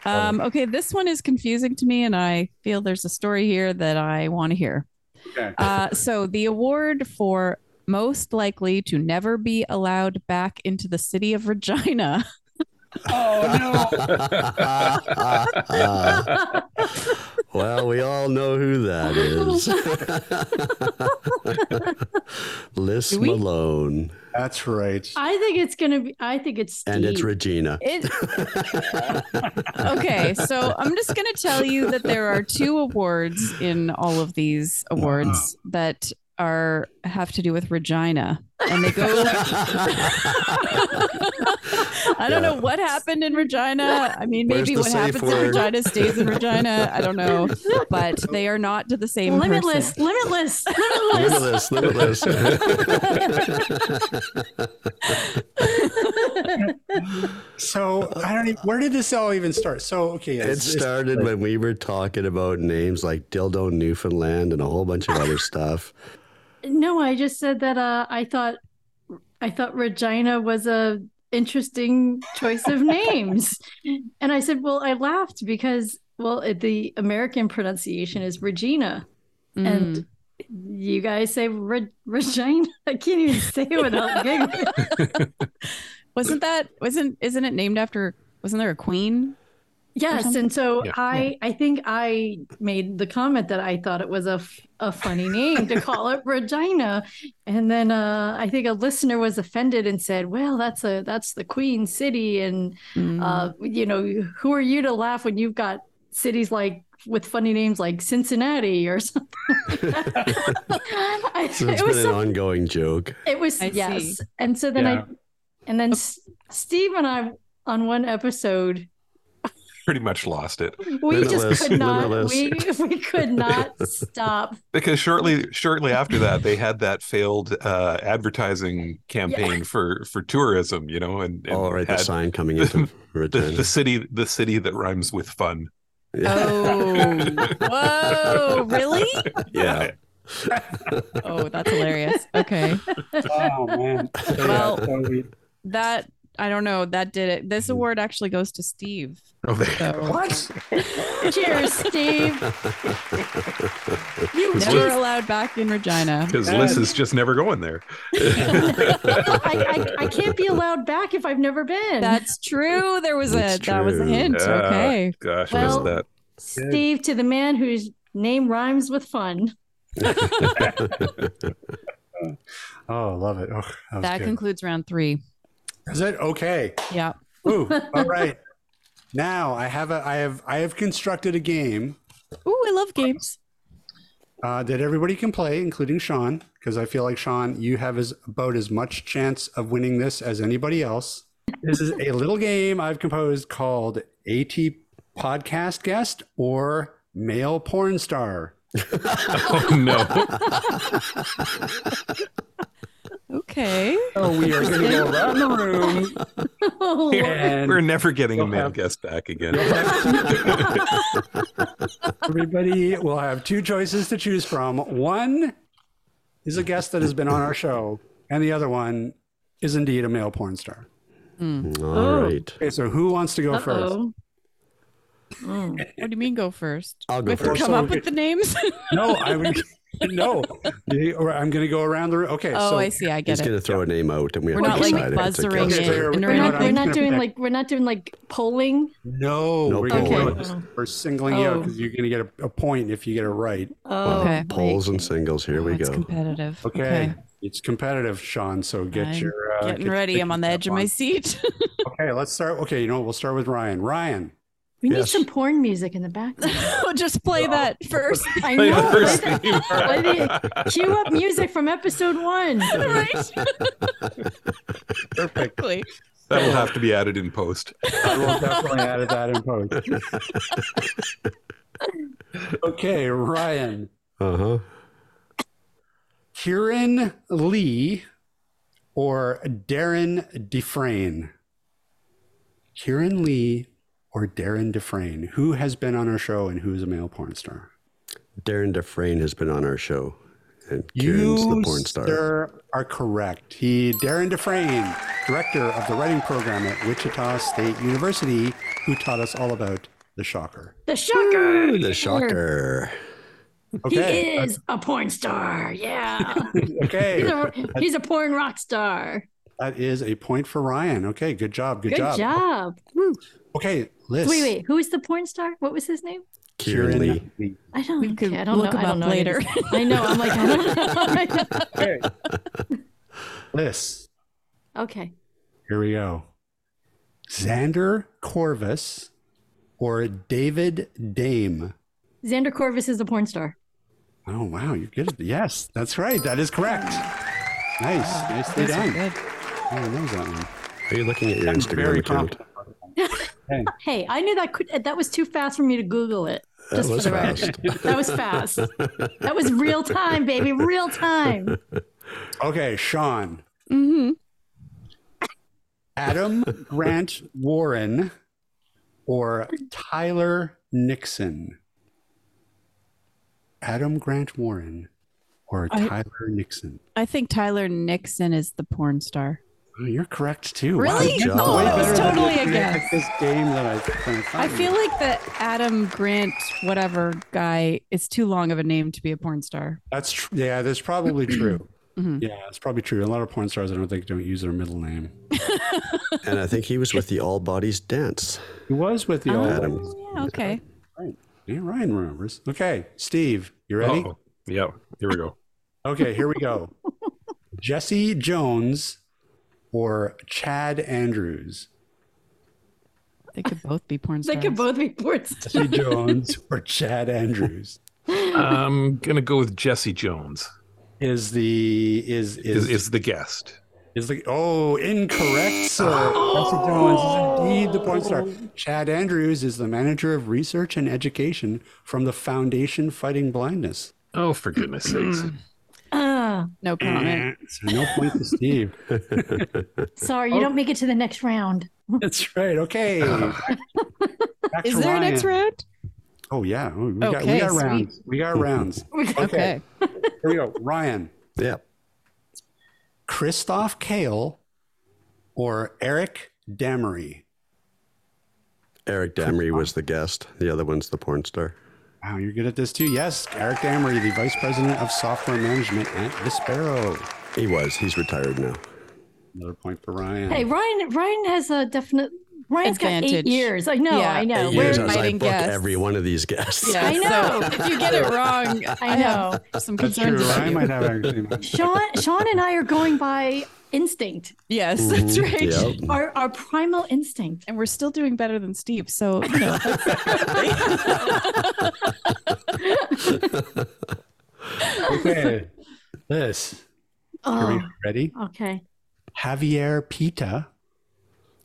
[SPEAKER 5] um, okay, this one is confusing to me, and I feel there's a story here that I want to hear.
[SPEAKER 1] Okay.
[SPEAKER 5] Uh, so, the award for most likely to never be allowed back into the city of Regina.
[SPEAKER 3] well, we all know who that is. Liz
[SPEAKER 5] Do we?
[SPEAKER 3] Malone.
[SPEAKER 1] That's right.
[SPEAKER 4] I think it's gonna be. I think it's Steve.
[SPEAKER 3] And it's Regina.
[SPEAKER 5] It, okay, so I'm just going to tell you that there are two awards in all of these awards that are have to do with Regina, and they go. I don't know what happened in Regina. I mean,
[SPEAKER 3] Where's
[SPEAKER 5] maybe
[SPEAKER 3] the
[SPEAKER 5] what
[SPEAKER 3] safe
[SPEAKER 5] happens in
[SPEAKER 3] word?
[SPEAKER 5] Regina stays in Regina. I don't know, but they are not to the same.
[SPEAKER 4] limitless,
[SPEAKER 5] person.
[SPEAKER 4] limitless, limitless.
[SPEAKER 3] Limitless, limitless.
[SPEAKER 1] So I don't even, where did this all even start? So, okay. yeah,
[SPEAKER 3] it
[SPEAKER 1] it's- it's-
[SPEAKER 3] started when we were talking about names like Dildo Newfoundland and a whole bunch of other stuff.
[SPEAKER 4] No, I just said that. Uh, I thought, I thought Regina was a interesting choice of names, and I said, well, I laughed because, well, it, the American pronunciation is Regina,
[SPEAKER 5] Mm.
[SPEAKER 4] and you guys say Re- Regina. I can't even say it without giggling.
[SPEAKER 5] wasn't that wasn't isn't it named after? Wasn't there a queen?
[SPEAKER 4] Yes, and so
[SPEAKER 2] Yeah.
[SPEAKER 4] I I think I made the comment that I thought it was a, f- a funny name to call it Regina, and then uh, I think a listener was offended and said, "Well, that's a that's the Queen City, and
[SPEAKER 5] Mm. Mm-hmm.
[SPEAKER 4] uh, you know who are you to laugh when you've got cities like with funny names like Cincinnati or something." I-
[SPEAKER 3] So it's
[SPEAKER 4] it
[SPEAKER 3] been
[SPEAKER 4] was
[SPEAKER 3] an
[SPEAKER 4] so
[SPEAKER 3] ongoing joke.
[SPEAKER 4] it was
[SPEAKER 5] I see.
[SPEAKER 4] yes, and so then
[SPEAKER 1] Yeah.
[SPEAKER 4] I, and then S- Steve and I on one episode,
[SPEAKER 7] pretty much lost it
[SPEAKER 4] We
[SPEAKER 3] Limitless,
[SPEAKER 4] just could not.
[SPEAKER 3] limitless.
[SPEAKER 4] We, we could not stop.
[SPEAKER 7] because shortly shortly after that they had that failed uh, advertising campaign for for tourism, you know, and, and
[SPEAKER 3] All right, the
[SPEAKER 7] had
[SPEAKER 3] sign coming into
[SPEAKER 7] the,
[SPEAKER 3] return.
[SPEAKER 7] the city the city that rhymes with fun.
[SPEAKER 5] Oh, whoa, really?
[SPEAKER 3] yeah.
[SPEAKER 5] Oh, that's hilarious. Okay.
[SPEAKER 9] Oh man.
[SPEAKER 5] Well-
[SPEAKER 9] So we-
[SPEAKER 5] That, I don't know, that did it. This award actually goes to Steve.
[SPEAKER 7] Oh, they,
[SPEAKER 5] So
[SPEAKER 9] what?
[SPEAKER 4] Cheers, Steve.
[SPEAKER 5] you
[SPEAKER 7] Cause
[SPEAKER 5] never
[SPEAKER 7] Liz-
[SPEAKER 5] allowed back in Regina.
[SPEAKER 7] Because Liz is just never going there.
[SPEAKER 4] I, I, I can't be allowed back if I've never been.
[SPEAKER 5] That's true. There was a
[SPEAKER 3] That's
[SPEAKER 5] that was a
[SPEAKER 3] true.
[SPEAKER 5] hint.
[SPEAKER 7] Yeah.
[SPEAKER 5] Okay.
[SPEAKER 7] Gosh, I
[SPEAKER 4] Well-
[SPEAKER 7] missed that.
[SPEAKER 4] Steve to the man whose name rhymes with fun.
[SPEAKER 1] Oh, love it. Oh, that was
[SPEAKER 5] That
[SPEAKER 1] good.
[SPEAKER 5] concludes round three.
[SPEAKER 1] Is it okay?
[SPEAKER 5] Yeah.
[SPEAKER 1] Ooh, all right. Now I have a I have I have constructed a game
[SPEAKER 5] Ooh, I love games.
[SPEAKER 1] uh, that everybody can play, including Sean, because I feel like Sean, you have as about as much chance of winning this as anybody else. This is a little game I've composed called AT Podcast Guest or Male Porn Star.
[SPEAKER 7] Oh no!
[SPEAKER 5] Okay.
[SPEAKER 1] So Oh, we are going to go around the room
[SPEAKER 4] Oh,
[SPEAKER 7] We're
[SPEAKER 1] and
[SPEAKER 7] never getting a
[SPEAKER 1] You'll
[SPEAKER 7] male
[SPEAKER 1] have-
[SPEAKER 7] guest back again.
[SPEAKER 1] everybody will have two choices to choose from. One is a guest that has been on our show, and the other one is indeed a male porn star.
[SPEAKER 5] Oh.
[SPEAKER 3] All right.
[SPEAKER 1] Okay, so who wants to go first?
[SPEAKER 4] Uh-oh.
[SPEAKER 5] What do you mean go first?
[SPEAKER 3] I'll
[SPEAKER 5] We
[SPEAKER 3] go
[SPEAKER 5] have to
[SPEAKER 3] first.
[SPEAKER 5] come
[SPEAKER 1] So
[SPEAKER 5] up
[SPEAKER 1] it-
[SPEAKER 5] with the names.
[SPEAKER 1] No, I would no. You- or I'm going to go around the room. Okay,
[SPEAKER 5] oh,
[SPEAKER 1] so
[SPEAKER 5] I see. I
[SPEAKER 3] He's
[SPEAKER 5] get it.
[SPEAKER 3] going to throw a name out and we
[SPEAKER 5] We're
[SPEAKER 3] have
[SPEAKER 5] not
[SPEAKER 3] to
[SPEAKER 5] like
[SPEAKER 3] decide if it's a
[SPEAKER 5] buzzering
[SPEAKER 3] guest
[SPEAKER 5] it
[SPEAKER 1] Okay, we're-
[SPEAKER 5] in
[SPEAKER 1] we're
[SPEAKER 5] or
[SPEAKER 4] We're not,
[SPEAKER 1] I'm
[SPEAKER 4] we're
[SPEAKER 5] anything.
[SPEAKER 1] gonna
[SPEAKER 4] not doing
[SPEAKER 1] pick-
[SPEAKER 4] like we're not doing like polling. Uh-huh.
[SPEAKER 1] no,
[SPEAKER 3] No
[SPEAKER 1] we're, gonna
[SPEAKER 3] poll.
[SPEAKER 1] go with this. We're singling you
[SPEAKER 5] Oh.
[SPEAKER 1] out because you're going to get a, a point if you get it right.
[SPEAKER 4] Oh,
[SPEAKER 5] Okay.
[SPEAKER 3] Polls and singles. Here
[SPEAKER 5] Oh,
[SPEAKER 3] we
[SPEAKER 5] it's
[SPEAKER 3] go.
[SPEAKER 5] competitive.
[SPEAKER 1] Okay. it's competitive, Sean. So get
[SPEAKER 5] I'm
[SPEAKER 1] your uh, get
[SPEAKER 5] Getting
[SPEAKER 1] your
[SPEAKER 5] ready. I'm on the
[SPEAKER 1] thinking
[SPEAKER 5] edge of
[SPEAKER 1] cap
[SPEAKER 5] my
[SPEAKER 1] on.
[SPEAKER 5] seat.
[SPEAKER 1] Okay, let's start. Okay, you know what? We'll start with Ryan. Ryan,
[SPEAKER 4] we need
[SPEAKER 3] Yes.
[SPEAKER 4] some porn music in the background.
[SPEAKER 5] We'll Just play that first.
[SPEAKER 4] I
[SPEAKER 7] Play
[SPEAKER 4] know.
[SPEAKER 7] the first
[SPEAKER 4] play
[SPEAKER 7] theme.
[SPEAKER 4] the- play the- Cue up music from episode one.
[SPEAKER 5] right? Perfectly.
[SPEAKER 7] That'll have to be added in post.
[SPEAKER 1] I will definitely add that in post. okay, Ryan,
[SPEAKER 3] Uh huh.
[SPEAKER 1] Kieran Lee, or Darren Dufresne. Kieran Lee or Darren Dufresne. Who has been on our show and who is a male porn star?
[SPEAKER 3] Darren Dufresne has been on our show. And Kieran's the porn star.
[SPEAKER 1] sir, are correct. He, Darren Dufresne, director of the writing program at Wichita State University, who taught us all about the shocker.
[SPEAKER 4] The shocker.
[SPEAKER 3] The shocker.
[SPEAKER 1] Okay.
[SPEAKER 4] He is a porn star. Yeah.
[SPEAKER 1] Okay.
[SPEAKER 4] He's a, he's a porn rock star.
[SPEAKER 1] That is a point for Ryan. Okay, good job. Good,
[SPEAKER 4] Good job.
[SPEAKER 1] Okay, Liz.
[SPEAKER 4] Wait, wait. Who is the porn star? What was his name?
[SPEAKER 3] Kieran Lee.
[SPEAKER 4] I don't.
[SPEAKER 5] We could
[SPEAKER 4] okay, I don't
[SPEAKER 5] look
[SPEAKER 4] know. I
[SPEAKER 5] him
[SPEAKER 4] don't know
[SPEAKER 5] up later.
[SPEAKER 4] anything. I know. I'm like, I don't know.
[SPEAKER 1] Liz.
[SPEAKER 4] okay.
[SPEAKER 1] Here we go. Xander Corvus or David Dame.
[SPEAKER 4] Xander Corvus is a porn star.
[SPEAKER 1] Oh wow, you're good. at- Yes, that's right. That is correct. Nice, nicely done. I didn't know that one.
[SPEAKER 3] Are you looking at your Instagram account?
[SPEAKER 1] confident.
[SPEAKER 4] Hey, I knew that could. That was too fast for me to Google it.
[SPEAKER 3] That
[SPEAKER 4] Just
[SPEAKER 3] was
[SPEAKER 4] for the record, that was fast. That was real time, baby. Real time.
[SPEAKER 1] Okay, Sean.
[SPEAKER 5] Mm-hmm.
[SPEAKER 1] Adam Grant Warren or Tyler Nixon? Adam Grant Warren or
[SPEAKER 5] I-
[SPEAKER 1] Tyler Nixon?
[SPEAKER 5] I think Tyler Nixon is the porn star.
[SPEAKER 1] Oh, you're correct too.
[SPEAKER 5] Really?
[SPEAKER 1] Wow, you're
[SPEAKER 3] Oh,
[SPEAKER 1] way
[SPEAKER 3] that was
[SPEAKER 1] better than
[SPEAKER 5] totally
[SPEAKER 1] this
[SPEAKER 5] a
[SPEAKER 1] game-
[SPEAKER 5] guess.
[SPEAKER 1] This game that I, that I,
[SPEAKER 5] I
[SPEAKER 1] found.
[SPEAKER 5] feel like the Adam Grant whatever guy is too long of a name to be a porn star.
[SPEAKER 1] that's tr- yeah. That's probably true.
[SPEAKER 5] Mhm.
[SPEAKER 1] Yeah, it's probably true. A lot of porn stars, I don't think, don't use their middle name.
[SPEAKER 3] And I think he was with the All Bodies Dance.
[SPEAKER 1] He was with the
[SPEAKER 5] Oh.
[SPEAKER 1] old.
[SPEAKER 3] Adam.
[SPEAKER 5] Yeah, okay.
[SPEAKER 1] Yeah, Ryan remembers. Okay, Steve, you ready?
[SPEAKER 7] Uh-oh. Yeah, here we go.
[SPEAKER 1] Okay, here we go. Jesse Jones or Chad Andrews?
[SPEAKER 5] They could both be porn
[SPEAKER 4] They
[SPEAKER 5] stars.
[SPEAKER 4] could both be porn stars.
[SPEAKER 1] Jesse Jones or Chad Andrews
[SPEAKER 7] I'm gonna go with Jesse Jones.
[SPEAKER 1] is the is
[SPEAKER 7] Is
[SPEAKER 1] is,
[SPEAKER 7] is the guest?
[SPEAKER 1] It's like, oh, incorrect, sir. Elsie Jones is indeed the porn star. Chad Andrews is the manager of research and education from the Foundation Fighting Blindness.
[SPEAKER 10] Oh, for goodness
[SPEAKER 1] Mm.
[SPEAKER 10] sakes.
[SPEAKER 4] Ah,
[SPEAKER 5] No comment.
[SPEAKER 1] So no point to Steve.
[SPEAKER 4] sorry, you don't make it to the next round.
[SPEAKER 1] That's right. Okay. Back to
[SPEAKER 5] Is there a next
[SPEAKER 1] Ryan.
[SPEAKER 5] round?
[SPEAKER 1] Oh yeah, we got, we
[SPEAKER 5] Okay,
[SPEAKER 1] got
[SPEAKER 5] sweet.
[SPEAKER 1] rounds. We got rounds.
[SPEAKER 5] Okay.
[SPEAKER 1] Here we go. Ryan,
[SPEAKER 3] Yeah.
[SPEAKER 1] Christoph Kale, or Eric Damery.
[SPEAKER 3] Eric Damry was the guest. The other one's the porn star.
[SPEAKER 1] Wow, you're good at this too. Yes, Eric Damery, the vice president of software management at Vispero.
[SPEAKER 3] He was. He's retired now.
[SPEAKER 1] Another point for Ryan.
[SPEAKER 4] Hey, Ryan. Ryan has a definite. Ryan's got eight
[SPEAKER 5] Advantage.
[SPEAKER 4] years. I know.
[SPEAKER 5] Yeah.
[SPEAKER 4] I know. We're-
[SPEAKER 5] Eight
[SPEAKER 3] Years
[SPEAKER 5] years.
[SPEAKER 3] I was
[SPEAKER 5] inviting
[SPEAKER 3] like, book
[SPEAKER 5] guests.
[SPEAKER 3] every one of these guests.
[SPEAKER 5] Yeah,
[SPEAKER 4] I know.
[SPEAKER 5] So if you get it wrong, I
[SPEAKER 4] know.
[SPEAKER 5] have some
[SPEAKER 1] That's
[SPEAKER 5] concerns
[SPEAKER 1] true.
[SPEAKER 5] about
[SPEAKER 1] Ryan
[SPEAKER 5] you.
[SPEAKER 1] might have actually.
[SPEAKER 4] Sean, Sean, and I are going by instinct.
[SPEAKER 5] Yes, that's
[SPEAKER 1] Mm-hmm.
[SPEAKER 5] right.
[SPEAKER 3] Yep.
[SPEAKER 4] Our our primal instinct.
[SPEAKER 5] And we're still doing better than Steve. So, you know,
[SPEAKER 1] Okay. This. Are we
[SPEAKER 4] Oh,
[SPEAKER 1] ready?
[SPEAKER 4] okay.
[SPEAKER 1] Javier Pita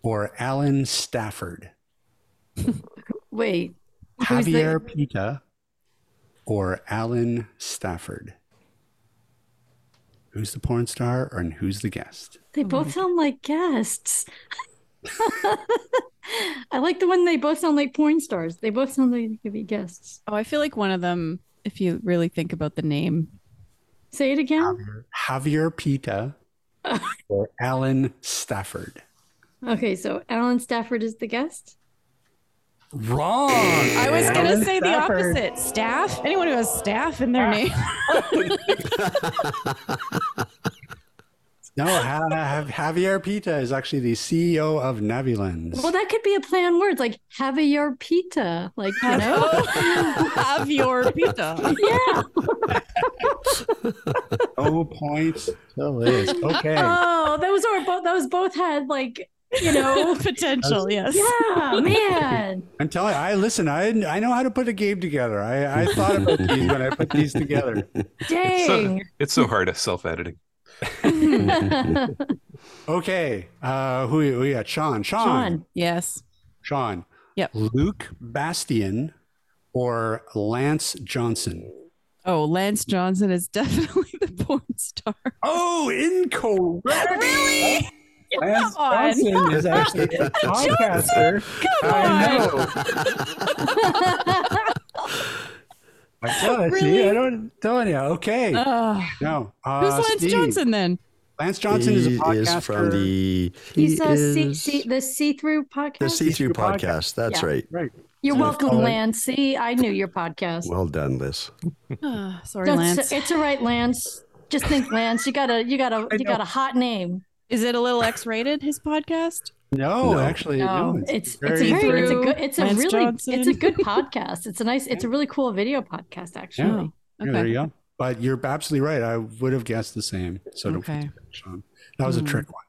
[SPEAKER 1] or Alan Stafford?
[SPEAKER 4] Wait. Who's the-
[SPEAKER 1] Javier Pita or Alan Stafford? Who's the porn star and who's the guest?
[SPEAKER 4] They both sound like guests. I like the one they both sound like porn stars. They both sound like they could be guests.
[SPEAKER 5] oh, I feel like one of them, if you really think about the name,
[SPEAKER 4] Say it again.
[SPEAKER 1] Javier Pita or Alan Stafford?
[SPEAKER 4] Okay, so Alan Stafford is the guest.
[SPEAKER 1] Wrong.
[SPEAKER 5] I was going to say the opposite. Staff? Ah. Anyone who has staff in their name.
[SPEAKER 1] No, Ha- Ha- Javier Pita is actually the CEO of Navilens.
[SPEAKER 4] Well, that could be a play on words like have a your pita. Like, you know?
[SPEAKER 5] have your pizza.
[SPEAKER 4] yeah.
[SPEAKER 1] No Oh, points. to Liz. Okay.
[SPEAKER 4] Oh, those are both those both had like, you know.
[SPEAKER 5] Potential, yes.
[SPEAKER 4] Yeah, man.
[SPEAKER 1] I'm telling you, I listen, I I know how to put a game together. I, I thought about these when I put these together.
[SPEAKER 4] Dang.
[SPEAKER 7] It's so hard at self editing.
[SPEAKER 1] Okay. Uh who who we got? Sean. Sean.
[SPEAKER 4] Sean.
[SPEAKER 5] Yes.
[SPEAKER 1] Sean.
[SPEAKER 5] Yep.
[SPEAKER 1] Luke Bastian or Lance Johnson.
[SPEAKER 5] Oh, Lance Johnson is definitely the porn star.
[SPEAKER 1] Oh, incorrect.
[SPEAKER 5] Really?
[SPEAKER 1] Lance
[SPEAKER 5] Come on.
[SPEAKER 1] Johnson is actually a podcaster.
[SPEAKER 5] Come
[SPEAKER 1] I
[SPEAKER 5] on.
[SPEAKER 1] know. I tell you, see,
[SPEAKER 5] Really?
[SPEAKER 1] I don't tell you. Okay.
[SPEAKER 5] Ugh.
[SPEAKER 1] no. Uh,
[SPEAKER 5] who's Lance
[SPEAKER 1] Steve.
[SPEAKER 5] Johnson then?
[SPEAKER 1] Lance Johnson is a
[SPEAKER 3] He is
[SPEAKER 1] podcaster.
[SPEAKER 3] from the.
[SPEAKER 4] He's
[SPEAKER 3] he
[SPEAKER 4] a see,
[SPEAKER 3] is
[SPEAKER 4] see, the see-through podcast.
[SPEAKER 3] the see through
[SPEAKER 1] See-Through podcast.
[SPEAKER 3] podcast. That's
[SPEAKER 4] Yeah.
[SPEAKER 3] right.
[SPEAKER 1] Right.
[SPEAKER 4] You're
[SPEAKER 1] Yeah.
[SPEAKER 4] welcome,
[SPEAKER 1] Follow-
[SPEAKER 4] Lance. See, I knew your podcast.
[SPEAKER 3] Well done, Liz.
[SPEAKER 5] Ah, sorry,
[SPEAKER 4] No,
[SPEAKER 5] Lance.
[SPEAKER 4] it's, it's all right, Lance. Just think, Lance. You got a you got a you got a hot name.
[SPEAKER 5] Is it a little X-rated? His podcast?
[SPEAKER 1] No,
[SPEAKER 3] No.
[SPEAKER 1] actually, no.
[SPEAKER 5] Oh,
[SPEAKER 4] Oh, It's it's a
[SPEAKER 1] very-
[SPEAKER 4] very it's a
[SPEAKER 5] Through
[SPEAKER 4] good it's a
[SPEAKER 5] Lance
[SPEAKER 4] really it's a
[SPEAKER 5] Johnson.
[SPEAKER 4] good podcast. It's a nice it's a really cool video podcast actually.
[SPEAKER 1] Yeah, there
[SPEAKER 5] Oh, Okay.
[SPEAKER 1] you go. But you're absolutely right. I would have guessed the same. So don't
[SPEAKER 5] Okay.
[SPEAKER 1] feel bad, Sean. That was a
[SPEAKER 5] Hmm.
[SPEAKER 1] trick one.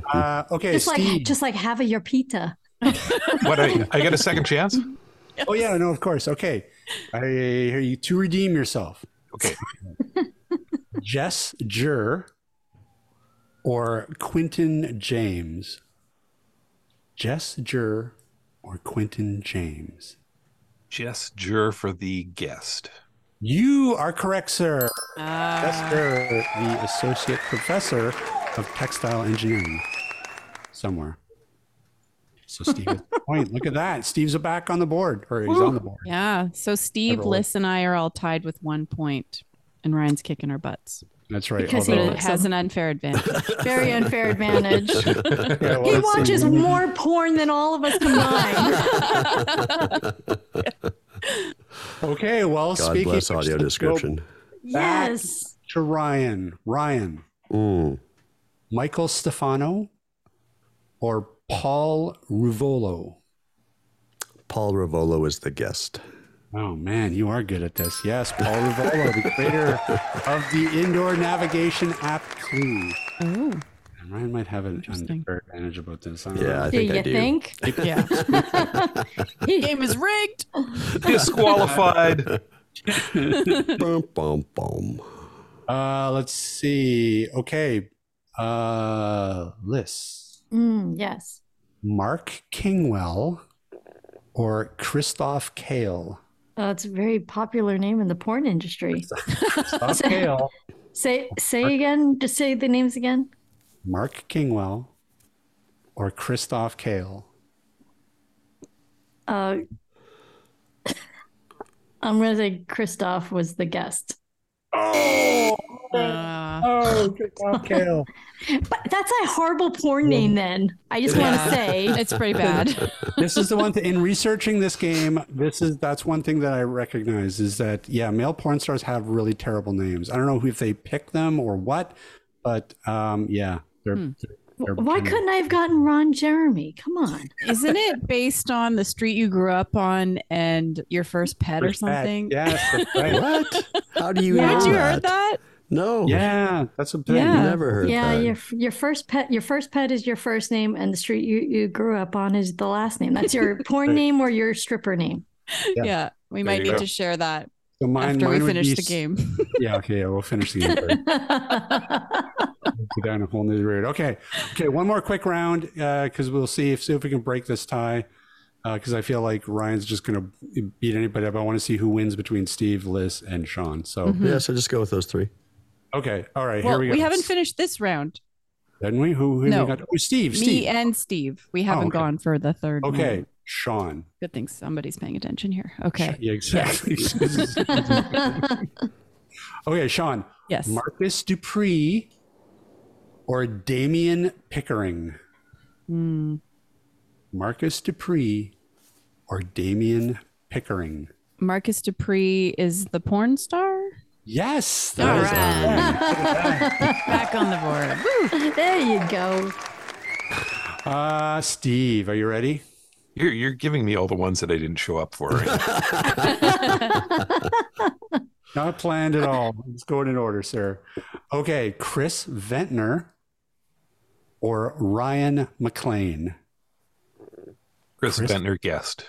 [SPEAKER 5] Yeah.
[SPEAKER 1] Uh, okay,
[SPEAKER 4] Just
[SPEAKER 1] Steve.
[SPEAKER 4] like just like have a your pita.
[SPEAKER 7] What I, I get a second chance?
[SPEAKER 1] oh yeah, no, of course. Okay, I hear you to redeem yourself.
[SPEAKER 7] Okay.
[SPEAKER 1] Jess Jur or Quentin James. Jess Jur or Quentin James.
[SPEAKER 7] Jess Jur for the guest.
[SPEAKER 1] You are correct, sir.
[SPEAKER 5] Uh,
[SPEAKER 4] Ah.
[SPEAKER 1] Jess Jur, the associate professor of textile engineering, somewhere. So Steve, gets the point. Look at that. Steve's back on the board, or he's on the board.
[SPEAKER 5] yeah. So Steve,
[SPEAKER 1] Everyone.
[SPEAKER 5] Liz, and I are all tied with one point, and Ryan's kicking our butts.
[SPEAKER 1] That's right.
[SPEAKER 4] Because he
[SPEAKER 5] But
[SPEAKER 1] although-
[SPEAKER 5] it has an unfair advantage.
[SPEAKER 4] Very unfair advantage.
[SPEAKER 1] Yeah, well,
[SPEAKER 4] he
[SPEAKER 1] let's see.
[SPEAKER 4] watches more porn than all of us combined.
[SPEAKER 1] Okay, well,
[SPEAKER 3] God
[SPEAKER 1] speaking
[SPEAKER 3] bless
[SPEAKER 1] of-
[SPEAKER 3] audio
[SPEAKER 1] let's go
[SPEAKER 3] description.
[SPEAKER 4] yes.
[SPEAKER 1] to Ryan, Ryan,
[SPEAKER 3] Mm.
[SPEAKER 1] Michael Stefano, or Paul Ruvolo.
[SPEAKER 3] Paul Ravolo is the guest.
[SPEAKER 1] Oh man, you are good at this. Yes, Paul Ruvolo, the creator of the indoor navigation app Clue.
[SPEAKER 5] oh,
[SPEAKER 1] And Ryan might have an
[SPEAKER 5] Interesting.
[SPEAKER 1] unfair advantage about this. I don't
[SPEAKER 3] Yeah,
[SPEAKER 1] know.
[SPEAKER 3] I
[SPEAKER 4] Do
[SPEAKER 3] think
[SPEAKER 4] you
[SPEAKER 3] I do.
[SPEAKER 4] think?
[SPEAKER 5] yeah. Game is rigged.
[SPEAKER 7] Disqualified.
[SPEAKER 3] Bum, bum, bum.
[SPEAKER 1] Uh, let's see. Okay, Uh, Liz,
[SPEAKER 4] Mm, yes.
[SPEAKER 1] Mark Kingwell, or Christoph Kale.
[SPEAKER 4] Uh, it's a very popular name in the porn industry.
[SPEAKER 1] Christoph Kale.
[SPEAKER 4] Say say again. Just say the names again.
[SPEAKER 1] Mark Kingwell, or Christoph Kale.
[SPEAKER 4] Uh, I'm gonna say Christoph was the guest,
[SPEAKER 5] Uh,
[SPEAKER 1] Oh, Christoph Kale.
[SPEAKER 4] but that's a horrible porn name. Then I just want to say
[SPEAKER 5] it's pretty bad.
[SPEAKER 1] this is the one thing in researching this game this is that's one thing that i recognize is that yeah male porn stars have really terrible names i don't know if they pick them or what but um yeah they're,
[SPEAKER 5] Hmm,
[SPEAKER 1] they're,
[SPEAKER 4] why couldn't I have gotten Ron Jeremy? Come on.
[SPEAKER 5] Isn't it based on the street you grew up on and your first pet or something?
[SPEAKER 1] yes that's right.
[SPEAKER 3] What? How do you
[SPEAKER 4] Yeah.
[SPEAKER 3] know
[SPEAKER 5] Haven't you
[SPEAKER 3] that?
[SPEAKER 5] heard that?
[SPEAKER 3] No.
[SPEAKER 1] yeah that's a thing
[SPEAKER 5] Yeah.
[SPEAKER 3] Never heard
[SPEAKER 4] Yeah,
[SPEAKER 3] that.
[SPEAKER 4] your your first pet your first pet is your first name, and the street you, you grew up on is the last name. That's your porn name or your stripper name.
[SPEAKER 1] Yeah.
[SPEAKER 5] Yeah. we
[SPEAKER 7] There
[SPEAKER 5] might
[SPEAKER 7] you go.
[SPEAKER 5] need to share that
[SPEAKER 1] so mine,
[SPEAKER 5] after
[SPEAKER 1] mine
[SPEAKER 5] we
[SPEAKER 1] would
[SPEAKER 5] finish
[SPEAKER 1] be
[SPEAKER 5] the
[SPEAKER 1] s-
[SPEAKER 5] game.
[SPEAKER 1] yeah okay yeah, we'll finish the game first. go down a whole new route. Okay, okay. One more quick round because we'll see if see if we can break this tie. Because I feel like Ryan's just going to beat anybody up. I want to see who wins between Steve, Liz, and Sean. So
[SPEAKER 3] Yeah, so just go with those three.
[SPEAKER 1] Oh, okay, all right.
[SPEAKER 5] Mm-hmm. well,
[SPEAKER 1] here we
[SPEAKER 5] we,
[SPEAKER 1] go.
[SPEAKER 5] haven't finished this round.
[SPEAKER 1] Didn't we? Who? who
[SPEAKER 5] No.
[SPEAKER 1] We got? Oh, Steve.
[SPEAKER 5] Me
[SPEAKER 1] Steve. Oh,
[SPEAKER 5] and Steve. We haven't
[SPEAKER 1] okay.
[SPEAKER 5] gone for the third. one.
[SPEAKER 1] okay, Sean.
[SPEAKER 5] Good thing somebody's paying attention here. Okay.
[SPEAKER 1] Yeah, exactly. okay, Sean.
[SPEAKER 5] Yes.
[SPEAKER 1] Marcus Dupree or Damian Pickering.
[SPEAKER 5] Hmm.
[SPEAKER 1] Marcus Dupree or Damian Pickering.
[SPEAKER 5] Marcus Dupree is the porn star.
[SPEAKER 1] Yes,
[SPEAKER 5] All
[SPEAKER 1] that is
[SPEAKER 5] right. Back on the board.
[SPEAKER 4] there you go.
[SPEAKER 1] Uh, Steve, are you ready?
[SPEAKER 7] You're you're giving me all the ones that I didn't show up for.
[SPEAKER 1] Not planned at all. It's going in order, sir. Okay, Chris Ventnor or Ryan McLean.
[SPEAKER 7] Chris,
[SPEAKER 1] Chris?
[SPEAKER 7] Bentner guest.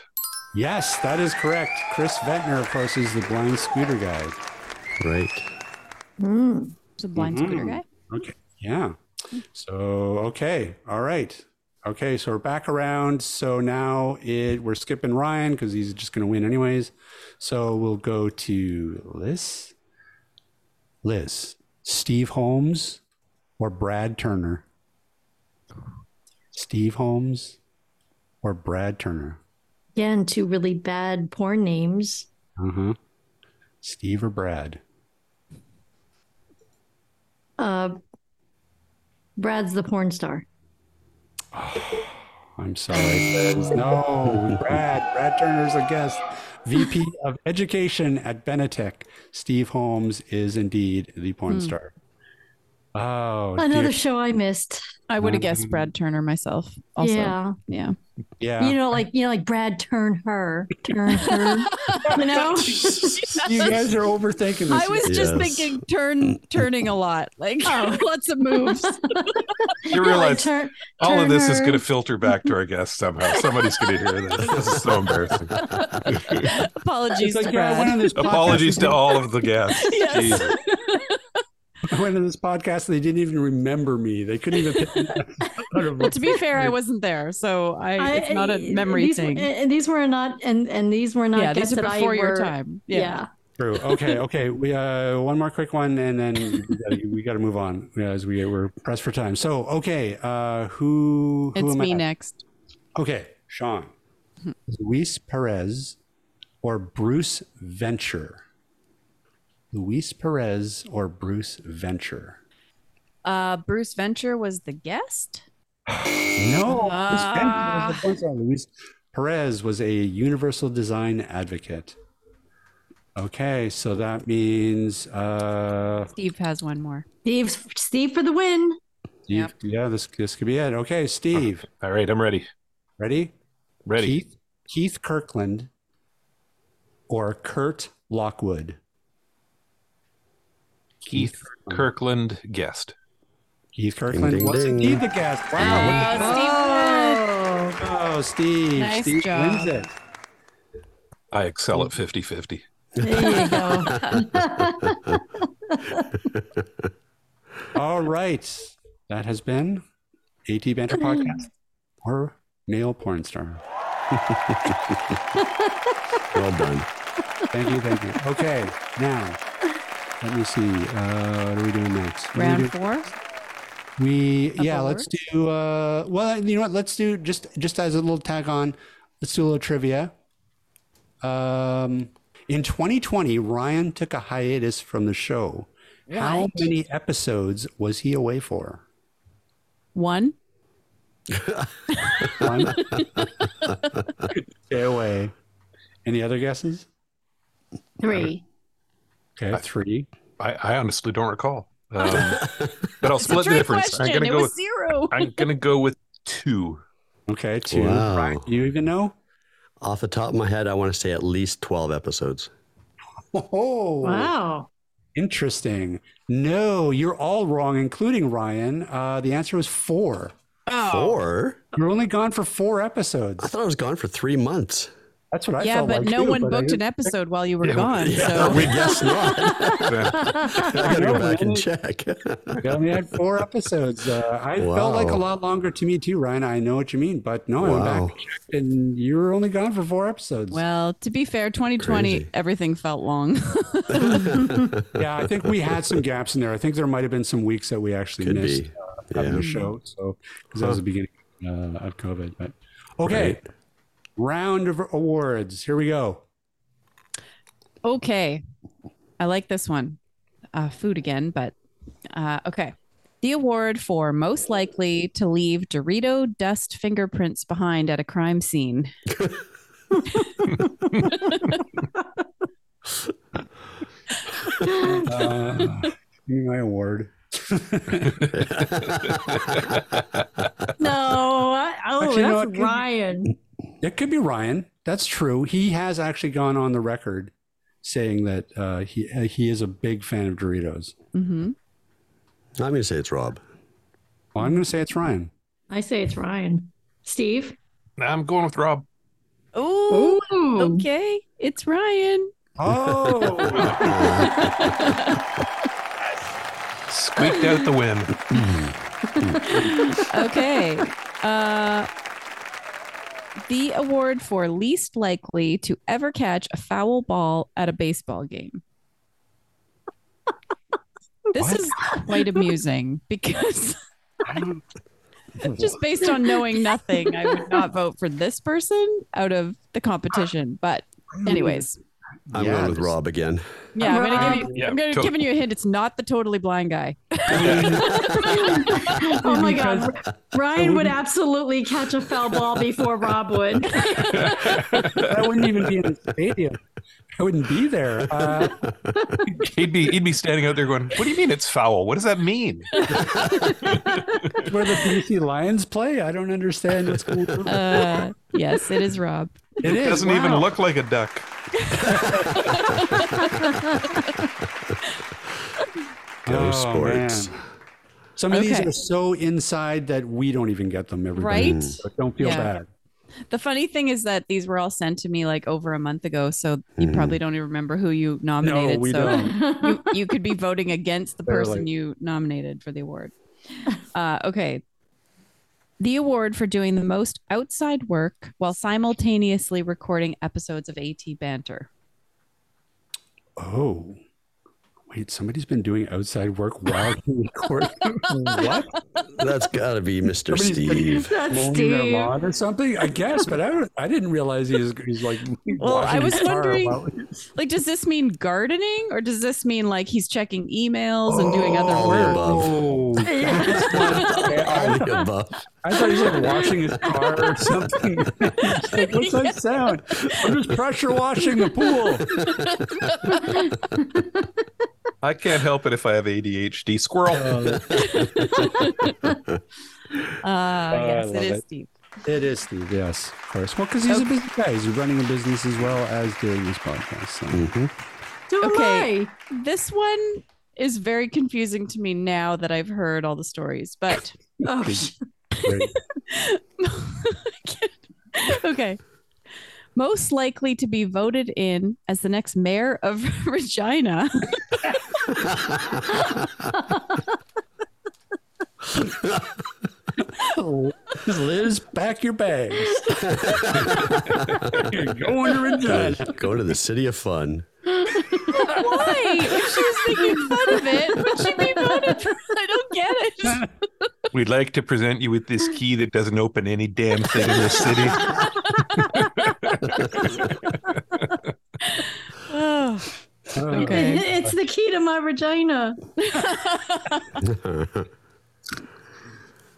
[SPEAKER 1] Yes, that is correct. Chris Ventnor, of course, is the blind scooter guy.
[SPEAKER 3] Right.
[SPEAKER 5] The blind
[SPEAKER 1] Mm-hmm.
[SPEAKER 5] scooter guy.
[SPEAKER 1] Okay. Yeah. So okay. All right. Okay. So we're back around. So now it we're skipping Ryan because he's just going to win anyways. So we'll go to Liz. Liz, Steve Holmes, or Brad Turner. Steve Holmes, or Brad Turner.
[SPEAKER 4] Again, two really bad porn names.
[SPEAKER 1] Uh huh. Steve or Brad.
[SPEAKER 4] Uh, Brad's the porn star.
[SPEAKER 1] I'm sorry. Liz. No, Brad. Brad Turner's a guest. VP of Education at Benetech. Steve Holmes is indeed the
[SPEAKER 5] Hmm.
[SPEAKER 1] porn star. Oh,
[SPEAKER 4] Another
[SPEAKER 1] dear.
[SPEAKER 4] show I missed.
[SPEAKER 5] I would have
[SPEAKER 1] Mm-hmm.
[SPEAKER 5] guessed Brad Turner myself. Also.
[SPEAKER 4] Yeah.
[SPEAKER 5] Yeah.
[SPEAKER 1] yeah.
[SPEAKER 4] You know, like you know, like Brad turn her, turn her. you know,
[SPEAKER 1] You guys are overthinking this.
[SPEAKER 5] I was just
[SPEAKER 3] Yes.
[SPEAKER 5] thinking turn turning a lot. Like
[SPEAKER 4] Oh.
[SPEAKER 5] lots of moves.
[SPEAKER 7] You
[SPEAKER 4] Yeah, like,
[SPEAKER 7] realize
[SPEAKER 4] turn-
[SPEAKER 7] all of this is
[SPEAKER 4] turn
[SPEAKER 7] going to
[SPEAKER 4] her-
[SPEAKER 7] filter back to our guests somehow. Somebody's going to hear this. This is so embarrassing.
[SPEAKER 5] Apologies
[SPEAKER 1] It's
[SPEAKER 5] to
[SPEAKER 1] like, yeah, I
[SPEAKER 5] Brad.
[SPEAKER 1] went on this podcast-
[SPEAKER 7] Apologies to all of the guests.
[SPEAKER 5] Yes.
[SPEAKER 7] Jesus.
[SPEAKER 1] I went on this podcast and they didn't even remember me. They couldn't even. pick me out of-
[SPEAKER 5] Well, to be fair, I wasn't there, so I,
[SPEAKER 4] I-
[SPEAKER 5] it's not a memory
[SPEAKER 4] these,
[SPEAKER 5] thing.
[SPEAKER 4] And these were not, and and these were not.
[SPEAKER 5] yeah, these
[SPEAKER 4] guests
[SPEAKER 5] are
[SPEAKER 4] that I
[SPEAKER 5] before your
[SPEAKER 4] were-
[SPEAKER 5] time.
[SPEAKER 4] Yeah.
[SPEAKER 5] Yeah.
[SPEAKER 1] True. Okay. Okay. We uh, one more quick one, and then we gotta- we got to move on uh, as we we're pressed for time. So okay, uh, who? who
[SPEAKER 5] It's
[SPEAKER 1] am
[SPEAKER 5] me
[SPEAKER 1] I?
[SPEAKER 5] next.
[SPEAKER 1] Okay, Sean. Luis Perez or Bruce Venture? Luis Perez or Bruce Venture?
[SPEAKER 5] Uh, Bruce Venture was the guest.
[SPEAKER 1] No. Bruce Venture was
[SPEAKER 5] Ah.
[SPEAKER 1] the first one. Luis Perez was a universal design advocate. Okay, so that means uh
[SPEAKER 5] Steve has one more.
[SPEAKER 4] Steve, Steve for the win.
[SPEAKER 1] you- yeah, this this could be it. Okay, Steve.
[SPEAKER 7] All right, I'm ready.
[SPEAKER 1] Ready?
[SPEAKER 7] Ready.
[SPEAKER 1] Keith Keith Kirkland or Kurt Lockwood?
[SPEAKER 7] Keith Kirkland guest.
[SPEAKER 1] Keith Kirkland
[SPEAKER 3] ding,
[SPEAKER 1] was
[SPEAKER 3] ding.
[SPEAKER 1] indeed the guest. Wow.
[SPEAKER 5] Uh,
[SPEAKER 4] Oh,
[SPEAKER 1] Oh, Steve.
[SPEAKER 5] Nice
[SPEAKER 1] Steve
[SPEAKER 5] job.
[SPEAKER 1] wins it.
[SPEAKER 7] I excel at 50 50.
[SPEAKER 4] there you go.
[SPEAKER 1] All right. That has been AT Banter Podcast or Nail Porn Star.
[SPEAKER 3] Well done.
[SPEAKER 1] Thank you, thank you. Okay, now let me see. Uh, what are we doing next? What are we
[SPEAKER 5] Round
[SPEAKER 1] doing-
[SPEAKER 5] four.
[SPEAKER 1] We
[SPEAKER 5] A
[SPEAKER 1] yeah, let's do. Uh, well, you know what? Let's do just just as a little tag on. Let's do a little trivia. Um, in 2020, Ryan took a hiatus from the show. How many episodes was he away for?
[SPEAKER 5] One.
[SPEAKER 1] One. Stay away. Any other guesses?
[SPEAKER 4] Three.
[SPEAKER 1] Okay, three.
[SPEAKER 7] I, I honestly don't recall. Um, but I'll split the difference. I'm gonna
[SPEAKER 5] it
[SPEAKER 7] go
[SPEAKER 5] was
[SPEAKER 7] with
[SPEAKER 5] zero.
[SPEAKER 7] I'm gonna go with two.
[SPEAKER 1] Okay, two.
[SPEAKER 3] Wow.
[SPEAKER 1] Ryan, do you even know?
[SPEAKER 3] Off the top of my head, I want to say at least 12 episodes.
[SPEAKER 1] Oh,
[SPEAKER 4] Wow.
[SPEAKER 1] interesting. No, you're all wrong, including Ryan. Uh, the answer was four.
[SPEAKER 3] Four?
[SPEAKER 1] You're only gone for four episodes.
[SPEAKER 3] I thought I was gone for three months.
[SPEAKER 1] That's what I
[SPEAKER 5] yeah,
[SPEAKER 1] felt
[SPEAKER 5] but
[SPEAKER 1] like
[SPEAKER 5] no
[SPEAKER 1] too,
[SPEAKER 5] one
[SPEAKER 1] but I
[SPEAKER 5] booked an
[SPEAKER 1] didn't-
[SPEAKER 5] episode while you were gone. So
[SPEAKER 3] we guess not.
[SPEAKER 7] Yeah.
[SPEAKER 3] I gotta go back and check.
[SPEAKER 1] We only had four episodes. Uh, I felt like a
[SPEAKER 3] Wow.
[SPEAKER 1] lot longer to me too, Ryan. I know what you mean, but no, I went back
[SPEAKER 3] Wow.
[SPEAKER 1] and checked, and you were only gone for four episodes.
[SPEAKER 5] well, to be fair, 2020
[SPEAKER 3] Crazy.
[SPEAKER 5] everything felt long.
[SPEAKER 1] yeah, I think we had some gaps in there. I think there might have been some weeks that we actually
[SPEAKER 3] Could
[SPEAKER 1] missed
[SPEAKER 3] be.
[SPEAKER 1] uh, having
[SPEAKER 3] Yeah.
[SPEAKER 1] the show. So because that was the beginning uh, of COVID. But okay,
[SPEAKER 3] Right.
[SPEAKER 1] round of awards. Here we go.
[SPEAKER 5] Okay. I like this one. Uh, food again, but uh, okay. The award for most likely to leave Dorito dust fingerprints behind at a crime scene.
[SPEAKER 1] Uh, give me my award.
[SPEAKER 4] No. I, oh,
[SPEAKER 1] Actually, you know
[SPEAKER 4] that's
[SPEAKER 1] what? Could be-
[SPEAKER 4] Ryan.
[SPEAKER 1] It could be Ryan. That's true. He has actually gone on the record saying that uh, he uh, he is a big fan of Doritos.
[SPEAKER 5] Mm-hmm.
[SPEAKER 3] I'm going to say it's Rob.
[SPEAKER 1] Well, I'm going to say it's Ryan.
[SPEAKER 4] I say it's Ryan. Steve.
[SPEAKER 7] I'm going with Rob.
[SPEAKER 5] Oh,
[SPEAKER 4] Ooh.
[SPEAKER 5] okay. It's Ryan.
[SPEAKER 1] Oh,
[SPEAKER 7] Squeaked out the win.
[SPEAKER 5] Okay. Uh, the award for least likely to ever catch a foul ball at a baseball game. This is quite amusing because just based on knowing nothing, I would not vote for this person out of the competition. But
[SPEAKER 7] Hmm.
[SPEAKER 5] anyways,
[SPEAKER 3] I'm
[SPEAKER 1] Yeah,
[SPEAKER 3] going with
[SPEAKER 1] there's-
[SPEAKER 3] Rob again.
[SPEAKER 5] yeah, I'm gonna give you,
[SPEAKER 7] Yeah,
[SPEAKER 5] I'm gonna
[SPEAKER 7] totally.
[SPEAKER 5] giving you a hint. It's not the totally blind guy.
[SPEAKER 4] Oh my God. Ryan would absolutely catch a foul ball before Rob would.
[SPEAKER 1] that wouldn't even be in the stadium. I wouldn't be there. Uh,
[SPEAKER 7] He'd be he'd be standing out there going, What do you mean it's foul? What does that mean?
[SPEAKER 1] it's where the BC Lions play. I don't understand what's going on.
[SPEAKER 5] Uh, yes, it is Rob.
[SPEAKER 1] it is.
[SPEAKER 7] doesn't even
[SPEAKER 1] wow.
[SPEAKER 7] look like a duck.
[SPEAKER 3] Go
[SPEAKER 1] Oh,
[SPEAKER 3] sports.
[SPEAKER 1] man. Some of these
[SPEAKER 5] Okay.
[SPEAKER 1] are so inside that we don't even get them. Everybody,
[SPEAKER 5] Right?
[SPEAKER 1] So don't feel
[SPEAKER 5] Yeah.
[SPEAKER 1] bad.
[SPEAKER 5] The funny thing is that these were all sent to me like over a month ago, so you probably don't even remember who you nominated.
[SPEAKER 1] No, we
[SPEAKER 5] so
[SPEAKER 1] don't.
[SPEAKER 5] You, you could be voting against the
[SPEAKER 1] Barely.
[SPEAKER 5] person you nominated for the award. Uh, okay. The award for doing the most outside work while simultaneously recording episodes of AT Banter.
[SPEAKER 1] Oh, wait! Somebody's been doing outside work while they record. what?
[SPEAKER 3] That's got to be Mr.
[SPEAKER 1] Somebody's been-
[SPEAKER 3] Steve.
[SPEAKER 4] That's
[SPEAKER 1] mowing their
[SPEAKER 4] Steve.
[SPEAKER 1] lawn or something. I guess, but I, don't- I didn't realize he was, he's like.
[SPEAKER 5] Well,
[SPEAKER 1] washing
[SPEAKER 5] I was
[SPEAKER 1] his car
[SPEAKER 5] wondering-
[SPEAKER 1] while-
[SPEAKER 5] Like, does this mean gardening or does this mean like he's checking emails and doing other
[SPEAKER 3] All the
[SPEAKER 5] work?
[SPEAKER 3] above.
[SPEAKER 1] Oh,
[SPEAKER 3] All the above.
[SPEAKER 1] I thought he was like washing his car or something. It's like, What's that sound? I'm just pressure washing the pool.
[SPEAKER 7] I can't help it if I have ADHD. Squirrel.
[SPEAKER 5] Uh, yes, it
[SPEAKER 1] Oh, love
[SPEAKER 5] is
[SPEAKER 1] it.
[SPEAKER 5] Steve.
[SPEAKER 1] It is Steve, yes, of course. Well, because he's a busy guy. He's running a business as well as doing this podcast. So.
[SPEAKER 4] So am
[SPEAKER 5] Okay.
[SPEAKER 4] I.
[SPEAKER 5] This one is very confusing to me now that I've heard all the stories, but
[SPEAKER 4] Oh,
[SPEAKER 1] Great.
[SPEAKER 5] okay. Most likely to be voted in as the next mayor of Regina.
[SPEAKER 1] Liz, pack your bags. You're going to
[SPEAKER 3] Go,
[SPEAKER 1] Regina.
[SPEAKER 3] go to the city of fun.
[SPEAKER 5] Why? If she was making fun of it, would she be voted for? I don't get it.
[SPEAKER 7] We'd like to present you with this key that doesn't open any damn thing in this city.
[SPEAKER 5] Oh, okay.
[SPEAKER 4] It's the key to my Regina.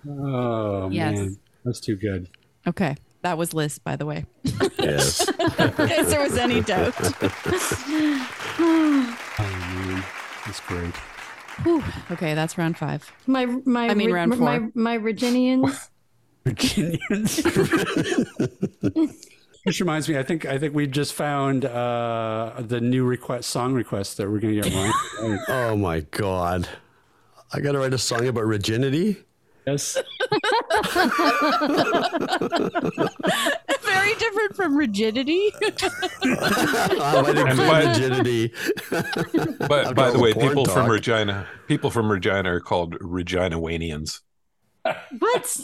[SPEAKER 1] Oh,
[SPEAKER 5] Yes.
[SPEAKER 1] man. That's too good.
[SPEAKER 5] Okay. That was Liz, by the way.
[SPEAKER 3] Yes.
[SPEAKER 5] In case there was any doubt.
[SPEAKER 1] Oh, man. That's great.
[SPEAKER 5] Whew. Okay, that's round five.
[SPEAKER 4] My my
[SPEAKER 5] I mean,
[SPEAKER 4] Re-
[SPEAKER 5] round
[SPEAKER 4] my,
[SPEAKER 5] four.
[SPEAKER 4] my Reginians.
[SPEAKER 1] Virginians. Which reminds me, I think I think we just found uh, the new request song request that we're gonna get wrong.
[SPEAKER 3] oh my god. I gotta write a song about virginity.
[SPEAKER 1] yes.
[SPEAKER 5] Very different from rigidity.
[SPEAKER 3] I might
[SPEAKER 7] by-
[SPEAKER 3] include virginity.
[SPEAKER 7] But by
[SPEAKER 3] got
[SPEAKER 7] the way,
[SPEAKER 3] porn
[SPEAKER 7] people from
[SPEAKER 3] dog.
[SPEAKER 7] Regina, people from Regina are called Reginawanians.
[SPEAKER 4] What?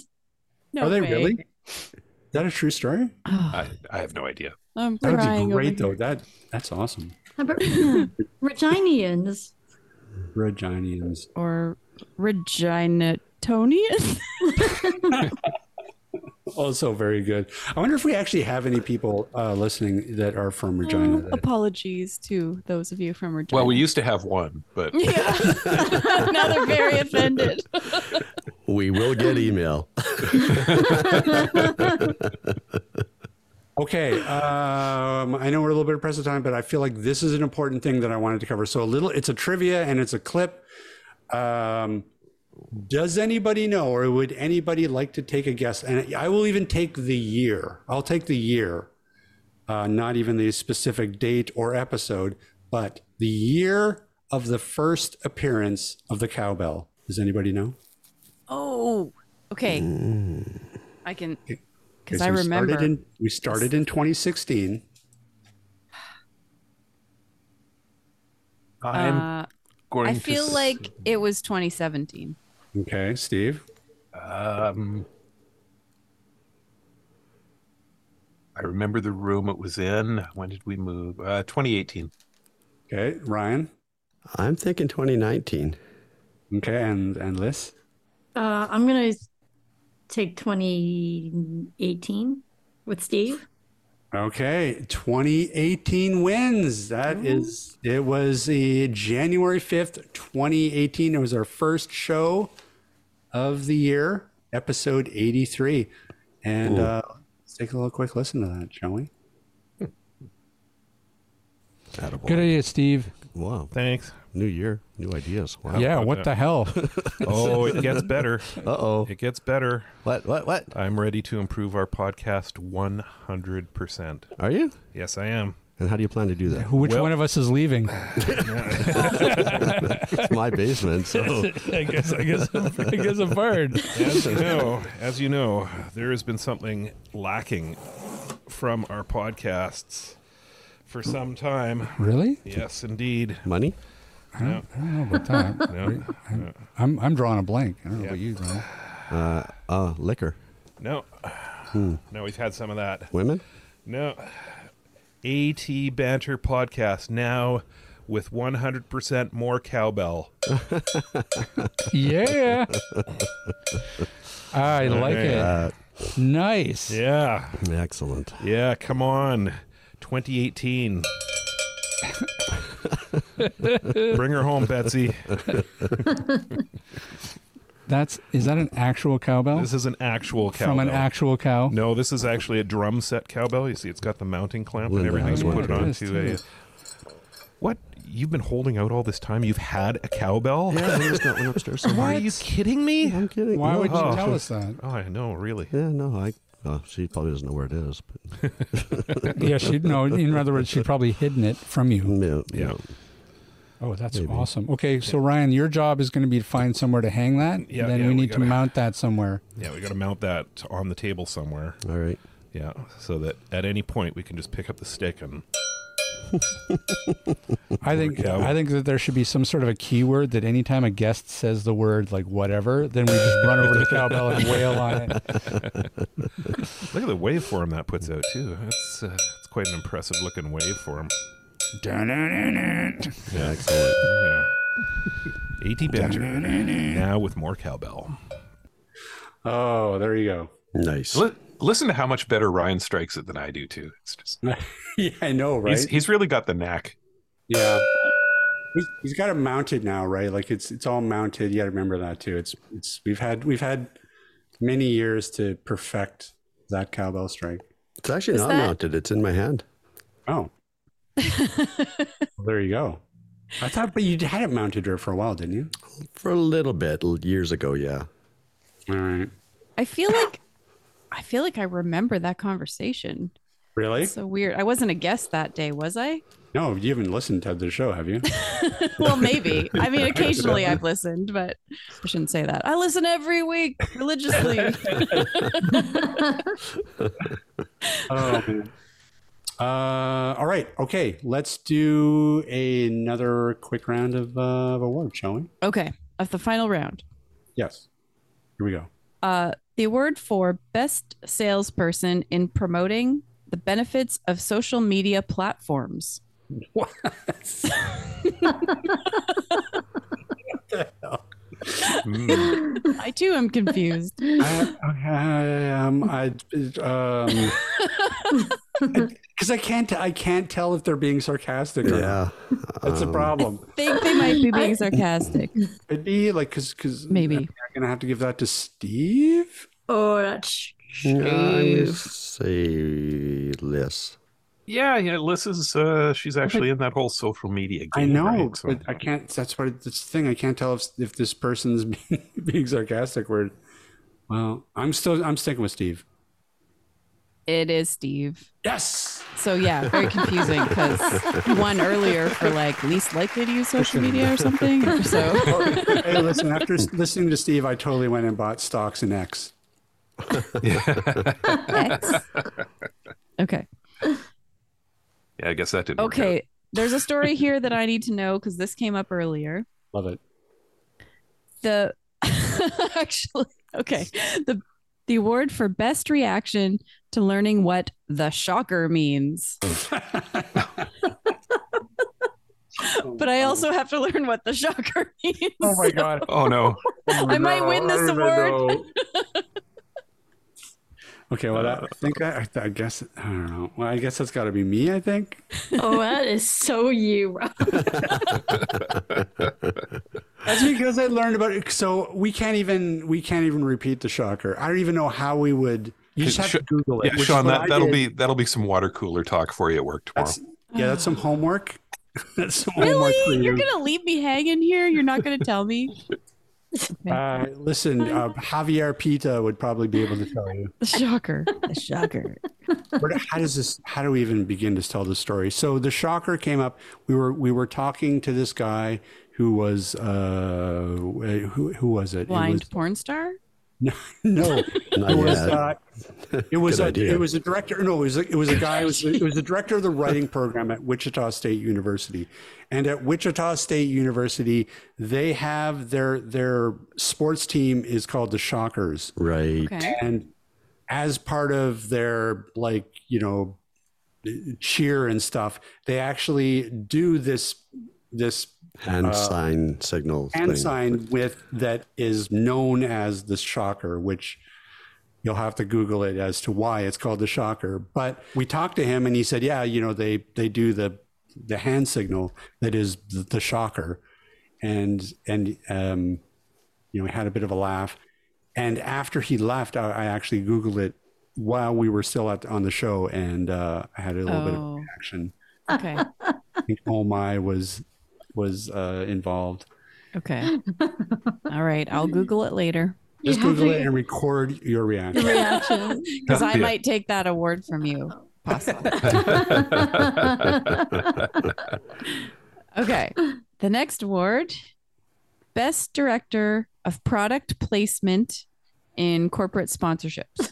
[SPEAKER 5] No
[SPEAKER 1] Are they
[SPEAKER 5] way.
[SPEAKER 1] really? Is that a true story?
[SPEAKER 7] I, I have no idea.
[SPEAKER 5] I'm
[SPEAKER 1] That would
[SPEAKER 5] crying
[SPEAKER 1] be
[SPEAKER 5] over
[SPEAKER 1] great though.
[SPEAKER 5] here.
[SPEAKER 1] That that's awesome.
[SPEAKER 4] How about- yeah. Reginians.
[SPEAKER 1] Reginians.
[SPEAKER 5] Or Reginatonian?
[SPEAKER 1] Also very good. I wonder if we actually have any people uh, listening that are from Regina.
[SPEAKER 5] Oh,
[SPEAKER 1] that-
[SPEAKER 5] apologies to those of you from Regina.
[SPEAKER 7] Well, we used to have one, but
[SPEAKER 5] yeah. now they're very offended.
[SPEAKER 3] We will get email.
[SPEAKER 1] Okay, um, I know we're a little bit pressed for time, but I feel like this is an important thing that I wanted to cover. So a little, it's a trivia and it's a clip. Um, does anybody know, or would anybody like to take a guess? And I will even take the year. I'll take the year, uh, not even the specific date or episode, but the year of the first appearance of the cowbell. Does anybody know?
[SPEAKER 5] Oh, okay. I can, because
[SPEAKER 1] Okay,
[SPEAKER 5] I
[SPEAKER 1] so we
[SPEAKER 5] remember.
[SPEAKER 1] Started in, we started in 2016. I'm
[SPEAKER 5] uh,
[SPEAKER 7] going
[SPEAKER 5] I
[SPEAKER 7] to
[SPEAKER 5] feel
[SPEAKER 7] s-
[SPEAKER 5] like it was 2017.
[SPEAKER 1] Okay, Steve.
[SPEAKER 7] um, I remember the room it was in. When did we move? Uh, 2018.
[SPEAKER 1] Okay, Ryan.
[SPEAKER 3] I'm thinking 2019.
[SPEAKER 1] Okay, and and Liz.
[SPEAKER 4] Uh, I'm gonna take 2018 with Steve.
[SPEAKER 1] Okay, 2018 wins. That is, it was the January 5th, 2018. It was our first show of the year, episode 83. And uh, let's take a little quick listen to that, shall we?
[SPEAKER 3] Attaboy.
[SPEAKER 6] Good idea, Steve.
[SPEAKER 3] Wow.
[SPEAKER 10] Thanks.
[SPEAKER 3] New year, new ideas. Wow.
[SPEAKER 10] Yeah,
[SPEAKER 2] about
[SPEAKER 10] what
[SPEAKER 7] uh,
[SPEAKER 2] that?
[SPEAKER 10] the hell? oh, it gets better.
[SPEAKER 3] Uh oh.
[SPEAKER 10] It gets better.
[SPEAKER 3] What? What? What?
[SPEAKER 10] I'm ready to improve our podcast 100%.
[SPEAKER 3] Are you?
[SPEAKER 10] Yes, I am.
[SPEAKER 3] And how do you plan to do that?
[SPEAKER 6] Which
[SPEAKER 10] Well-
[SPEAKER 6] one of us is leaving?
[SPEAKER 3] It's my basement. So
[SPEAKER 10] I guess I guess
[SPEAKER 6] I guess a bird.
[SPEAKER 10] as you know, as you know, there has been something lacking from our podcasts for some time.
[SPEAKER 6] Really?
[SPEAKER 10] Yes, indeed.
[SPEAKER 3] money.
[SPEAKER 10] No,
[SPEAKER 6] I don't know about that.
[SPEAKER 10] no,
[SPEAKER 6] I'm I'm drawing a blank. I don't know
[SPEAKER 10] Yeah.
[SPEAKER 6] about you, Ryan.
[SPEAKER 3] Uh, liquor.
[SPEAKER 10] no.
[SPEAKER 6] Hmm.
[SPEAKER 10] No, we've had some of that.
[SPEAKER 3] Women.
[SPEAKER 10] No. AT Banter Podcast now with 100% more cowbell.
[SPEAKER 6] Yeah. I like
[SPEAKER 10] Yeah.
[SPEAKER 6] it. Nice.
[SPEAKER 10] Yeah.
[SPEAKER 3] Excellent.
[SPEAKER 10] Yeah. Come on. 2018. Bring her home, Betsy.
[SPEAKER 6] That's is that an actual cowbell?
[SPEAKER 10] This is an actual cowbell.
[SPEAKER 6] From an actual cow?
[SPEAKER 10] No, this is actually a drum set cowbell. You see, it's got the mounting clamp and
[SPEAKER 3] Linda
[SPEAKER 10] everything
[SPEAKER 3] has
[SPEAKER 10] to
[SPEAKER 3] one
[SPEAKER 10] put it
[SPEAKER 3] of
[SPEAKER 10] on
[SPEAKER 6] those,
[SPEAKER 10] to
[SPEAKER 6] too.
[SPEAKER 10] a. What? You've been holding out all this time? You've had a cowbell?
[SPEAKER 3] Yeah, Linda's got one upstairs.
[SPEAKER 10] Are
[SPEAKER 3] somewhere.
[SPEAKER 10] you kidding me?
[SPEAKER 3] I'm kidding.
[SPEAKER 6] Why
[SPEAKER 3] No,
[SPEAKER 6] would you
[SPEAKER 10] Oh.
[SPEAKER 6] tell us that?
[SPEAKER 10] Oh, I know, really.
[SPEAKER 3] Yeah, no, I. Well, she probably doesn't know where it is, but
[SPEAKER 6] yeah, she no. In other words, she'd probably hidden it from you.
[SPEAKER 3] yeah,
[SPEAKER 10] Yeah.
[SPEAKER 6] Oh, that's awesome. Okay, so Ryan, your job is going to be to find somewhere to hang that.
[SPEAKER 10] Yeah,
[SPEAKER 6] then
[SPEAKER 10] yeah,
[SPEAKER 6] we
[SPEAKER 10] we
[SPEAKER 6] need to
[SPEAKER 10] gotta-
[SPEAKER 6] mount that somewhere.
[SPEAKER 10] Yeah, we got to mount that on the table somewhere.
[SPEAKER 3] All right.
[SPEAKER 10] Yeah, so that at any point we can just pick up the stick and
[SPEAKER 1] I think
[SPEAKER 10] Workout.
[SPEAKER 1] I think that there should be some sort of a keyword that anytime a guest says the word like whatever, then we just run over to cowbell and wail on it.
[SPEAKER 10] Look at the waveform that puts out too. That's uh, it's quite an impressive looking waveform.
[SPEAKER 1] Dun-dun-dun-dun.
[SPEAKER 10] Yeah, excellent. Yeah. AT banter now with more cowbell.
[SPEAKER 1] Oh, there you go.
[SPEAKER 3] Nice.
[SPEAKER 7] Li- listen to how much better Ryan strikes it than I do too. It's just
[SPEAKER 1] yeah, I know, right?
[SPEAKER 7] he's he's really got the knack.
[SPEAKER 1] yeah. He's, he's got it mounted now, right? Like it's it's all mounted. You got to remember that too. It's it's we've had we've had many years to perfect that cowbell strike.
[SPEAKER 3] It's actually
[SPEAKER 5] Is
[SPEAKER 3] not
[SPEAKER 5] that-
[SPEAKER 3] mounted. It's in my hand.
[SPEAKER 1] Oh, well, there you go. I thought, but you had it mounted there for a while, didn't you?
[SPEAKER 3] For a little bit, l- years ago, yeah.
[SPEAKER 1] All right.
[SPEAKER 5] I feel like I feel like I remember that conversation.
[SPEAKER 1] Really?
[SPEAKER 5] It's so weird. I wasn't a guest that day, was I?
[SPEAKER 1] No, you haven't listened to the show, have you?
[SPEAKER 5] Well, maybe. I mean, occasionally I've listened, but I shouldn't say that. I listen every week religiously.
[SPEAKER 1] um, uh, all right. Okay. Let's do another quick round of, uh, of awards, shall we?
[SPEAKER 5] okay, of the final round.
[SPEAKER 1] Yes. Here we go.
[SPEAKER 5] Uh, the award for best salesperson in promoting the benefits of social media platforms.
[SPEAKER 1] What?
[SPEAKER 5] I too am confused.
[SPEAKER 1] I, I, um, I, um, because I can't, I can't tell if they're being sarcastic. Or not.
[SPEAKER 3] Yeah.
[SPEAKER 1] That's a
[SPEAKER 3] Um,
[SPEAKER 1] problem.
[SPEAKER 5] think they might be being sarcastic.
[SPEAKER 1] It'd be like, cause, cause
[SPEAKER 5] Maybe.
[SPEAKER 1] I'm gonna have to give that to Steve.
[SPEAKER 4] Oh, that's
[SPEAKER 3] yeah, I'm going to say less.
[SPEAKER 7] Yeah, yeah. Liz is uh, she's actually in that whole social media. Game,
[SPEAKER 1] I know,
[SPEAKER 7] right? So-
[SPEAKER 1] but I can't. That's what it's the thing. I can't tell if if this person's being, being sarcastic or. Well, I'm still I'm sticking with Steve.
[SPEAKER 5] It is Steve.
[SPEAKER 1] Yes.
[SPEAKER 5] So yeah, very confusing because he won earlier for like least likely to use social media or something. So
[SPEAKER 1] hey, listen. After s- listening to Steve, I totally went and bought stocks in X.
[SPEAKER 5] okay,
[SPEAKER 7] yeah, I guess that didn't. work out.
[SPEAKER 5] okay. There's a story here that I need to know because this came up earlier.
[SPEAKER 1] Love it.
[SPEAKER 5] The actually okay the the award for best reaction to learning what the shocker means. But I also have to learn what the shocker means.
[SPEAKER 1] Oh my god!
[SPEAKER 7] Oh no.
[SPEAKER 5] I might win this award.
[SPEAKER 1] Okay, well, I think I, I guess I don't know. Well, I guess that's got to be me. I think.
[SPEAKER 4] oh, that is so you, Rob.
[SPEAKER 1] That's because I learned about it. So we can't even we can't even repeat the shocker. I don't even know how we would. You just have
[SPEAKER 7] Sh-
[SPEAKER 1] to Google it.
[SPEAKER 7] Yeah,
[SPEAKER 1] which is
[SPEAKER 7] Sean,
[SPEAKER 1] what
[SPEAKER 7] that,
[SPEAKER 1] I
[SPEAKER 7] that'll
[SPEAKER 1] did.
[SPEAKER 7] be that'll be some water cooler talk for you at work tomorrow.
[SPEAKER 1] That's yeah. That's some homework. That's some homework for
[SPEAKER 5] Really?
[SPEAKER 1] you.
[SPEAKER 5] You're gonna leave me hanging here? You're not gonna tell me?
[SPEAKER 1] Uh, listen, uh, Javier Pita would probably be able to tell you.
[SPEAKER 5] The shocker. The shocker.
[SPEAKER 1] Where- how does this? How do we even begin to tell the story? So the shocker came up. We were we were talking to this guy who was uh who who was it? It was,
[SPEAKER 5] Blind porn star?
[SPEAKER 1] no,
[SPEAKER 3] Not
[SPEAKER 1] it was
[SPEAKER 3] yet.
[SPEAKER 1] uh, it was
[SPEAKER 3] Good
[SPEAKER 1] a
[SPEAKER 3] idea.
[SPEAKER 1] it was a director. No, it was a, it was a guy. It was, it was the director of the writing program at Wichita State University, and at Wichita State University, they have their their sports team is called the Shockers.
[SPEAKER 3] Right.
[SPEAKER 5] Okay.
[SPEAKER 1] and as part of their like you know cheer and stuff they actually do this this
[SPEAKER 3] Hand sign signal.
[SPEAKER 1] hand
[SPEAKER 3] thing.
[SPEAKER 1] Uh, sign with that is known as the shocker which you'll have to google it as to why it's called the shocker but we talked to him and he said yeah you know they they do the the hand signal that is the, the shocker and and um you know we had a bit of a laugh and after he left i, I actually googled it while we were still at, on the show and uh i had a little bit
[SPEAKER 5] Oh.
[SPEAKER 1] of reaction
[SPEAKER 5] Okay.
[SPEAKER 1] i think oh my was was uh involved
[SPEAKER 5] Okay. All right. I'll Google it later.
[SPEAKER 1] just
[SPEAKER 4] Yeah,
[SPEAKER 1] google it
[SPEAKER 4] they-
[SPEAKER 1] and record your reaction
[SPEAKER 4] Reaction.
[SPEAKER 5] Because I
[SPEAKER 7] Yeah.
[SPEAKER 5] might take that award from you. Possibly. Okay. The next award Best Director of Product Placement in Corporate Sponsorships.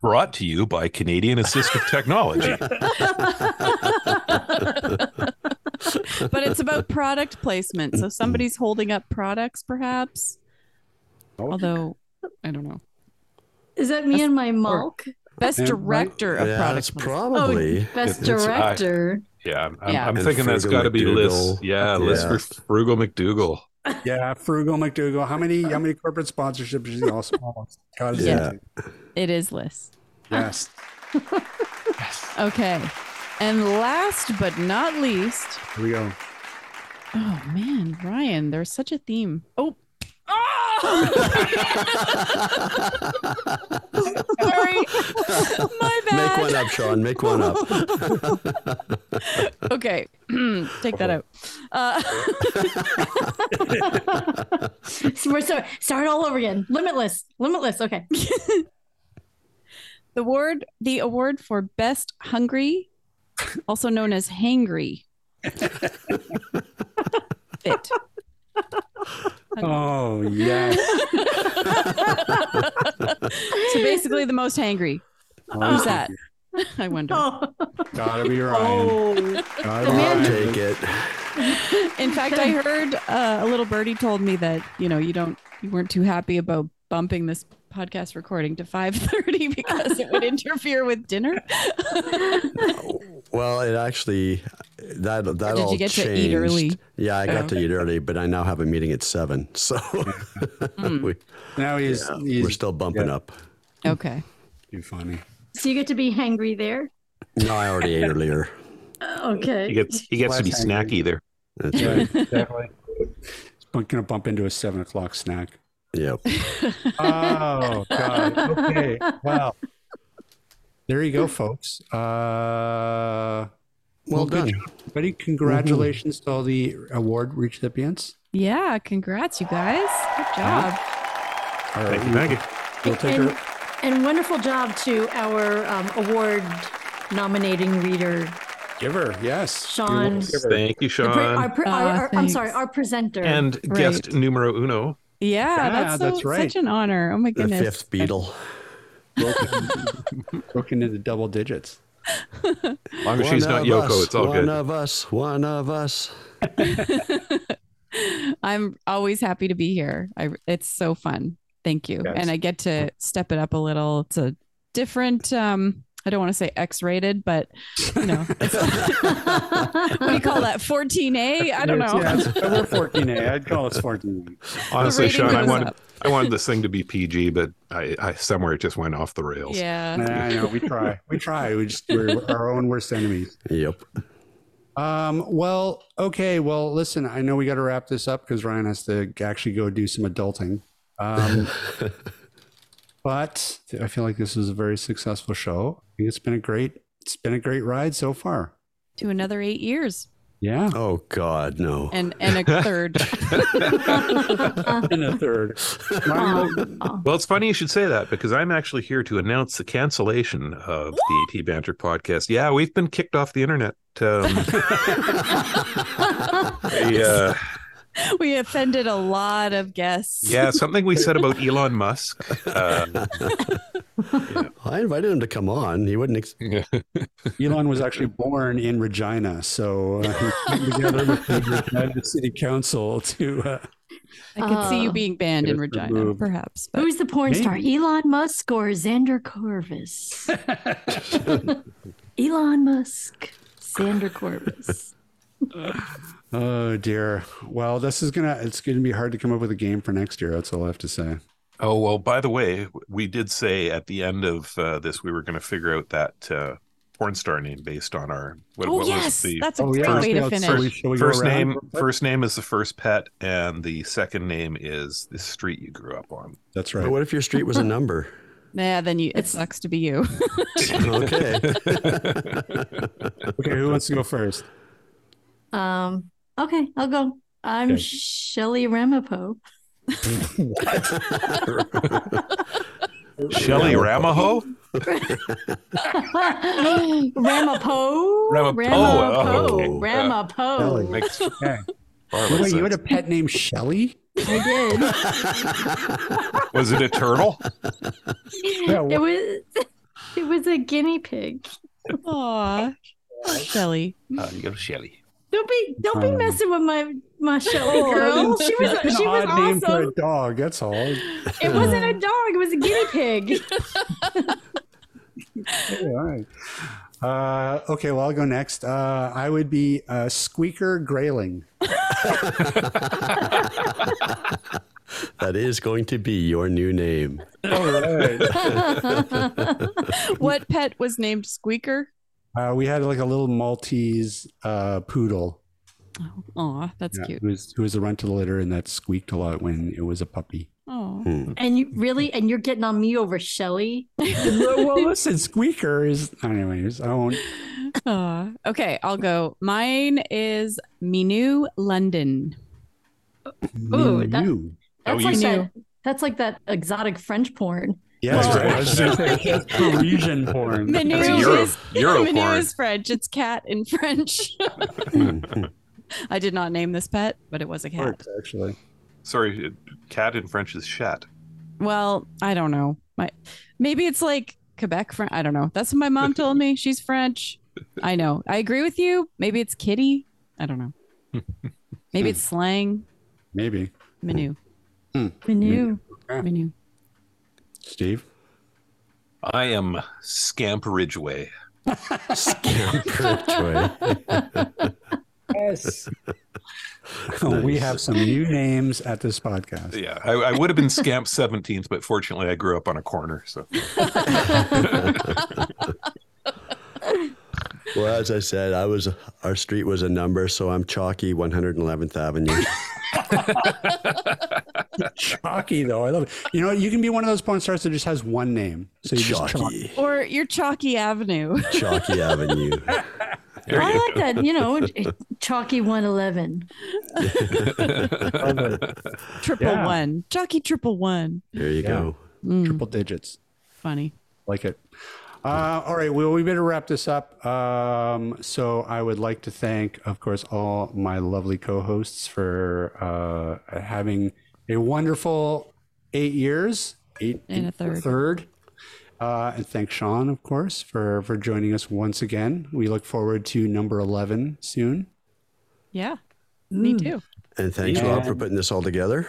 [SPEAKER 7] Brought to you by Canadian Assistive Technology.
[SPEAKER 5] but it's about product placement. So somebody's holding up products, perhaps. Although I don't know.
[SPEAKER 4] Is that me and my mulk?
[SPEAKER 5] Best
[SPEAKER 1] And-
[SPEAKER 5] director of
[SPEAKER 3] yeah,
[SPEAKER 5] product
[SPEAKER 3] that's
[SPEAKER 5] placement.
[SPEAKER 3] probably.
[SPEAKER 4] Oh, best
[SPEAKER 7] It- it's- I-
[SPEAKER 4] director.
[SPEAKER 7] Yeah, I'm, I'm-
[SPEAKER 5] Yeah.
[SPEAKER 7] I'm
[SPEAKER 3] And
[SPEAKER 7] thinking that's
[SPEAKER 3] Frugal
[SPEAKER 7] got to be Liz.
[SPEAKER 3] McDougal.
[SPEAKER 7] Yeah, Liz
[SPEAKER 3] Yeah.
[SPEAKER 7] for Frugal McDougal.
[SPEAKER 1] Yeah, Frugal McDougal. How many how many corporate sponsorships is he also? Oh, God, is
[SPEAKER 3] Yeah.
[SPEAKER 1] that-
[SPEAKER 5] It is Liz.
[SPEAKER 1] Yes.
[SPEAKER 5] Okay. And last but not least,
[SPEAKER 1] Here we go.
[SPEAKER 5] oh man, Ryan, there's such a theme. Oh, sorry. My
[SPEAKER 1] Oh,
[SPEAKER 3] Make
[SPEAKER 5] bad.
[SPEAKER 3] one up, Sean. Make one up.
[SPEAKER 5] Okay. Take that out. Uh,
[SPEAKER 4] So we're so start all over again. Limitless. Limitless. Okay.
[SPEAKER 5] the award the award for best hungry, also known as hangry. Fit.
[SPEAKER 1] Oh yes.
[SPEAKER 5] So basically the most hangry.
[SPEAKER 1] Oh,
[SPEAKER 5] Who's
[SPEAKER 3] Oh.
[SPEAKER 5] that? I wonder.
[SPEAKER 4] Oh,
[SPEAKER 1] Gotta be Ryan. Gotta be
[SPEAKER 3] I'll
[SPEAKER 1] Ryan.
[SPEAKER 3] take it.
[SPEAKER 5] In fact, I heard uh, a little birdie told me that you know you don't you weren't too happy about bumping this podcast recording to 5:30 because it would interfere with dinner.
[SPEAKER 3] Well, it actually that that
[SPEAKER 5] did you
[SPEAKER 3] all
[SPEAKER 5] get to
[SPEAKER 3] changed.
[SPEAKER 5] eat early?
[SPEAKER 3] Yeah, I got
[SPEAKER 5] Oh.
[SPEAKER 3] to eat early, but I now have a meeting at seven, so
[SPEAKER 5] Hmm.
[SPEAKER 3] we,
[SPEAKER 1] Now he's he's
[SPEAKER 3] we're still bumping up.
[SPEAKER 5] Okay.
[SPEAKER 1] too funny.
[SPEAKER 4] so you get to be hangry there.
[SPEAKER 3] No, I already ate earlier.
[SPEAKER 4] Okay.
[SPEAKER 7] He gets he gets to be
[SPEAKER 1] Less angry.
[SPEAKER 7] snacky there.
[SPEAKER 3] That's
[SPEAKER 1] Yeah,
[SPEAKER 3] right.
[SPEAKER 1] exactly. It's gonna bump into a seven o'clock snack.
[SPEAKER 3] Yep.
[SPEAKER 1] Oh God. Okay. Wow. There you go, folks. Uh,
[SPEAKER 3] Well
[SPEAKER 1] good
[SPEAKER 3] done.
[SPEAKER 1] job, everybody. Congratulations to all the award recipients.
[SPEAKER 5] Yeah, congrats you guys. Good job.
[SPEAKER 1] All right,
[SPEAKER 7] Thank you, Maggie.
[SPEAKER 1] We'll take
[SPEAKER 4] and,
[SPEAKER 1] her.
[SPEAKER 4] and wonderful job to our um, award nominating reader,
[SPEAKER 1] Give her. Yes.
[SPEAKER 4] Sean.
[SPEAKER 7] Thank you,
[SPEAKER 4] The
[SPEAKER 7] Sean.
[SPEAKER 4] pre- our pre- our-
[SPEAKER 5] Aw,
[SPEAKER 4] our- I'm
[SPEAKER 5] thanks.
[SPEAKER 4] sorry, our presenter.
[SPEAKER 7] and guest numero uno.
[SPEAKER 5] Yeah,
[SPEAKER 1] Yeah,
[SPEAKER 5] that's, so,
[SPEAKER 1] that's right.
[SPEAKER 5] such an honor. Oh my
[SPEAKER 3] The
[SPEAKER 5] goodness.
[SPEAKER 3] fifth beetle.
[SPEAKER 1] Broken into double digits.
[SPEAKER 7] As long as she's not
[SPEAKER 3] of
[SPEAKER 7] Yoko,
[SPEAKER 3] us,
[SPEAKER 7] it's all
[SPEAKER 3] one
[SPEAKER 7] good.
[SPEAKER 3] of us. One of us.
[SPEAKER 5] I'm always happy to be here. I, it's so fun. Thank you. And I get to step it up a little. It's a different, um, I don't want to say X rated, but you know, it's- what do you call that? 14A? I don't know.
[SPEAKER 1] Yeah, it's, we're 14A. I'd call us 14A.
[SPEAKER 7] Honestly,
[SPEAKER 5] rating
[SPEAKER 7] Sean, I
[SPEAKER 5] goes
[SPEAKER 7] wanted
[SPEAKER 5] up.
[SPEAKER 7] I wanted this thing to be PG, but I, I somewhere it just went off the rails.
[SPEAKER 5] Yeah.
[SPEAKER 1] Nah, I know. We try. We try. We just, we're our own worst enemies.
[SPEAKER 3] Yep.
[SPEAKER 1] Um, well, okay. Well, listen, I know we got to wrap this up because Ryan has to actually go do some adulting. Um, but I feel like this was a very successful show. I think it's been a great, it's been a great ride so far.
[SPEAKER 5] To another eight years
[SPEAKER 1] Yeah.
[SPEAKER 3] Oh God, no.
[SPEAKER 5] and, and a third.
[SPEAKER 1] And a third.
[SPEAKER 7] Well, it's funny you should say that because I'm actually here to announce the cancellation of the AT Banter podcast. Yeah, we've been kicked off the internet. Um, they, uh,
[SPEAKER 5] we offended a lot of guests.
[SPEAKER 7] yeah, something we said about Elon Musk. Uh,
[SPEAKER 3] I invited him to come on. He wouldn't. Ex-
[SPEAKER 1] Elon was actually born in Regina, so uh, he came together with the Regina City Council to. Uh,
[SPEAKER 5] I could see you
[SPEAKER 4] Oh.
[SPEAKER 5] being banned in
[SPEAKER 1] Get us
[SPEAKER 5] Regina,
[SPEAKER 1] removed.
[SPEAKER 5] perhaps. But
[SPEAKER 4] Who's the porn star? Elon Musk or Xander Corvus? Elon Musk, Xander Corvus.
[SPEAKER 1] oh dear. Well, this is gonna. It's gonna be hard to come up with a game for next year. That's all I have to say.
[SPEAKER 7] oh well, by the way, we did say at the end of uh, this we were going to figure out that uh, porn star name based on our what,
[SPEAKER 5] oh
[SPEAKER 7] what
[SPEAKER 5] yes,
[SPEAKER 7] was the
[SPEAKER 5] that's a
[SPEAKER 1] Oh,
[SPEAKER 5] great
[SPEAKER 1] yeah.
[SPEAKER 5] way to
[SPEAKER 1] First-
[SPEAKER 5] finish.
[SPEAKER 1] Shall we- shall we go
[SPEAKER 7] first
[SPEAKER 1] around
[SPEAKER 7] name
[SPEAKER 1] real quick?
[SPEAKER 7] first name is the first pet and the second name is the street you grew up on
[SPEAKER 1] That's
[SPEAKER 3] but
[SPEAKER 1] right.
[SPEAKER 3] what if your street was a number?
[SPEAKER 5] Yeah, then you. It
[SPEAKER 4] It's-
[SPEAKER 5] sucks to be you.
[SPEAKER 3] Okay.
[SPEAKER 1] Okay, who wants to go first?
[SPEAKER 4] Um, okay, I'll go. I'm
[SPEAKER 1] Okay.
[SPEAKER 4] Shelley Ramapo.
[SPEAKER 7] shelly ramaho
[SPEAKER 4] Ramapo.
[SPEAKER 7] Ramapo,
[SPEAKER 4] Ramapo.
[SPEAKER 7] oh, okay.
[SPEAKER 4] Ramapo.
[SPEAKER 1] Shelley.
[SPEAKER 7] Makes-
[SPEAKER 1] Okay.
[SPEAKER 7] far
[SPEAKER 1] Wait,
[SPEAKER 7] less
[SPEAKER 1] you had a
[SPEAKER 7] sense.
[SPEAKER 1] pet named Shelly?
[SPEAKER 4] I
[SPEAKER 7] Was it a turtle?
[SPEAKER 4] did.
[SPEAKER 7] Yeah,
[SPEAKER 4] it was it was a guinea pig.
[SPEAKER 5] Aw. Shelly.
[SPEAKER 11] Oh, little Shelly.
[SPEAKER 4] Don't be don't be
[SPEAKER 1] Um,
[SPEAKER 4] messing with my my Shelly
[SPEAKER 5] Oh,
[SPEAKER 4] girl.
[SPEAKER 5] it's
[SPEAKER 4] She was
[SPEAKER 1] An
[SPEAKER 4] she was
[SPEAKER 1] odd name for
[SPEAKER 4] awesome.
[SPEAKER 1] a dog. That's all.
[SPEAKER 4] It wasn't a dog, it was a guinea pig.
[SPEAKER 1] Okay, all right. Uh, okay, well, I'll go next. Uh, I would be uh, Squeaker Grayling.
[SPEAKER 3] That is going to be your new name.
[SPEAKER 1] All
[SPEAKER 5] what pet was named Squeaker?
[SPEAKER 1] Uh, we had like a little Maltese uh, poodle
[SPEAKER 5] Aw, that's
[SPEAKER 1] yeah,
[SPEAKER 5] cute.
[SPEAKER 1] who was who was a runt of the litter and that squeaked a lot when it was a puppy.
[SPEAKER 5] Oh.
[SPEAKER 3] Hmm.
[SPEAKER 4] and you really and you're getting on me over Shelly.
[SPEAKER 1] well, listen, Squeaker is. Anyways, I won't.
[SPEAKER 5] Aw. Okay, I'll go. Mine is Minu London.
[SPEAKER 4] Ooh,
[SPEAKER 1] Ooh,
[SPEAKER 4] that-
[SPEAKER 1] you.
[SPEAKER 4] That's
[SPEAKER 5] Oh,
[SPEAKER 4] like
[SPEAKER 5] you-
[SPEAKER 4] that that's like that exotic French porn.
[SPEAKER 1] Yeah, that's
[SPEAKER 11] Well-
[SPEAKER 1] right. I was just gonna say Parisian porn.
[SPEAKER 5] Menu
[SPEAKER 11] That's a Euro-
[SPEAKER 5] is
[SPEAKER 11] Euro
[SPEAKER 5] Menu
[SPEAKER 11] porn.
[SPEAKER 5] is French. It's cat in French.
[SPEAKER 3] Hmm.
[SPEAKER 5] I did not name this pet, but it was a cat.
[SPEAKER 1] Works, actually.
[SPEAKER 7] Sorry, it- cat in French is chat.
[SPEAKER 5] Well, I don't know. My maybe it's like Quebec French. I don't know. That's what my mom told me. She's French. I know. I agree with you. Maybe it's kitty. I don't know. Maybe it's slang.
[SPEAKER 1] Maybe.
[SPEAKER 5] Menu.
[SPEAKER 1] Hmm.
[SPEAKER 4] Menu.
[SPEAKER 5] Menu.
[SPEAKER 1] Steve.
[SPEAKER 7] I am Scamp Ridgeway.
[SPEAKER 1] Yes. Oh, We have some new names at this podcast.
[SPEAKER 7] Yeah, I, I would have been Scamp 17th, but fortunately I grew up on a corner. So
[SPEAKER 3] Well, as I said, I was our street was a number, so I'm Chalky 111th Avenue.
[SPEAKER 1] Chalky though, I love it. You know, what? you can be one of those porn stars that just has one name. So you just
[SPEAKER 3] Chalky.
[SPEAKER 5] Or your Chalky Avenue.
[SPEAKER 3] Chalky Avenue.
[SPEAKER 4] I like that, you know, chalky one eleven.
[SPEAKER 5] Triple
[SPEAKER 1] Yeah.
[SPEAKER 5] one. Chalky triple one.
[SPEAKER 3] There you go.
[SPEAKER 4] Hmm.
[SPEAKER 1] triple digits.
[SPEAKER 5] Funny.
[SPEAKER 1] Like it. Uh, all right. Well, we better wrap this up. Um, so I would like to thank, of course, all my lovely co-hosts for uh, having a wonderful eight years, eight
[SPEAKER 5] And a third.
[SPEAKER 1] third. Uh, and thank Sean, of course, for for joining us once again. We look forward to number eleven soon.
[SPEAKER 5] Yeah.
[SPEAKER 1] Mm.
[SPEAKER 5] Me too.
[SPEAKER 3] And thanks, Rob, for putting this all together.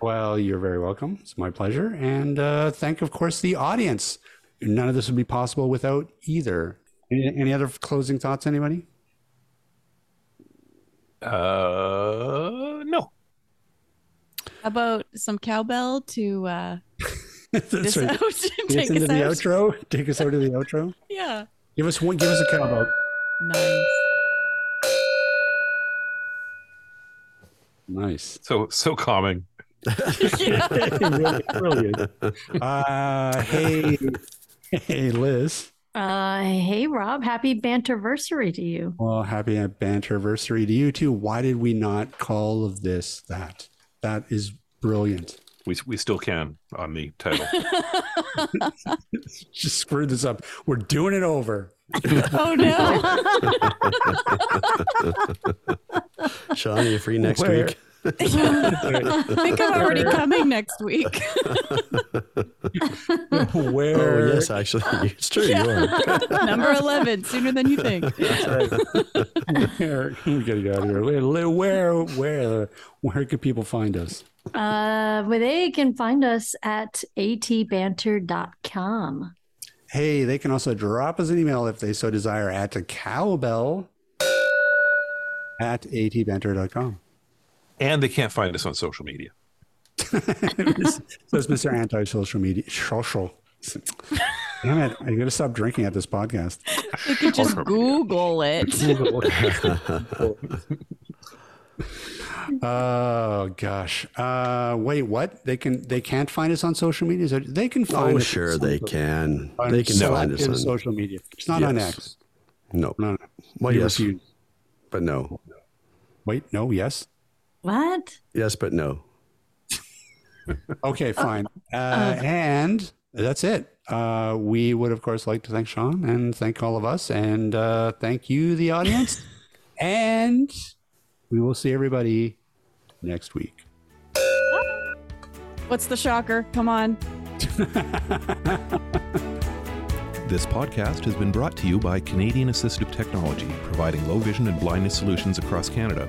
[SPEAKER 1] Well, you're very welcome. It's my pleasure. And uh, thank, of course, the audience. None of this would be possible without either. Any, any other closing thoughts, anybody?
[SPEAKER 7] uh no.
[SPEAKER 5] How about some cowbell to uh
[SPEAKER 1] That's
[SPEAKER 5] this
[SPEAKER 1] right.
[SPEAKER 5] out?
[SPEAKER 1] Get us
[SPEAKER 5] Take us
[SPEAKER 1] into the
[SPEAKER 5] out.
[SPEAKER 1] outro. Take us out of the outro.
[SPEAKER 5] Yeah.
[SPEAKER 1] Give us one. Give us a cowbell.
[SPEAKER 5] Nice.
[SPEAKER 1] Nice.
[SPEAKER 7] So so calming.
[SPEAKER 1] Really, Brilliant. Uh, hey, hey, Liz.
[SPEAKER 4] Uh hey Rob, happy banterversary to you.
[SPEAKER 1] Well, happy banterversary to you too. Why did we not call of this that? That is brilliant.
[SPEAKER 7] We we still can on the title.
[SPEAKER 1] Just screwed this up. We're doing it over.
[SPEAKER 5] Oh no.
[SPEAKER 3] Sean, are you free next
[SPEAKER 1] Where?
[SPEAKER 3] week?
[SPEAKER 5] I think I'm already coming next week.
[SPEAKER 1] Where?
[SPEAKER 3] Oh, yes, actually. It's true. You are.
[SPEAKER 5] Number 11, sooner than you think.
[SPEAKER 1] where we gotta get out of here. Where, where, where, where could people find us?
[SPEAKER 4] Uh well, they can find us at atbanter.com.
[SPEAKER 1] Hey, they can also drop us an email if they so desire at cowbell at atbanter.com.
[SPEAKER 7] and they can't find us on social media.
[SPEAKER 1] Says Mr. Anti Social Media. Social. Damn it. I gotta stop drinking at this podcast.
[SPEAKER 5] You could just Google it.
[SPEAKER 1] Oh gosh. Uh wait, what? They can they can't find us on social media? So They can find
[SPEAKER 3] Oh,
[SPEAKER 1] us
[SPEAKER 3] sure,
[SPEAKER 1] on
[SPEAKER 3] they
[SPEAKER 1] social-
[SPEAKER 3] can.
[SPEAKER 1] on
[SPEAKER 3] They can find us
[SPEAKER 1] selective
[SPEAKER 3] on.
[SPEAKER 1] social media. It's not on
[SPEAKER 3] Yes.
[SPEAKER 1] X.
[SPEAKER 3] No,
[SPEAKER 1] No, no.
[SPEAKER 3] Well,
[SPEAKER 1] We
[SPEAKER 3] yes,
[SPEAKER 1] refuse.
[SPEAKER 3] but no.
[SPEAKER 1] Wait, no, yes.
[SPEAKER 4] What?
[SPEAKER 3] Yes, but no.
[SPEAKER 1] Okay, fine. Uh, and that's it. Uh, we would, of course, like to thank Sean and thank all of us and uh, thank you, the audience. and we will see everybody next week.
[SPEAKER 5] Bye. What's the shocker? Come on.
[SPEAKER 2] This podcast has been brought to you by Canadian Assistive Technology, providing low vision and blindness solutions across Canada.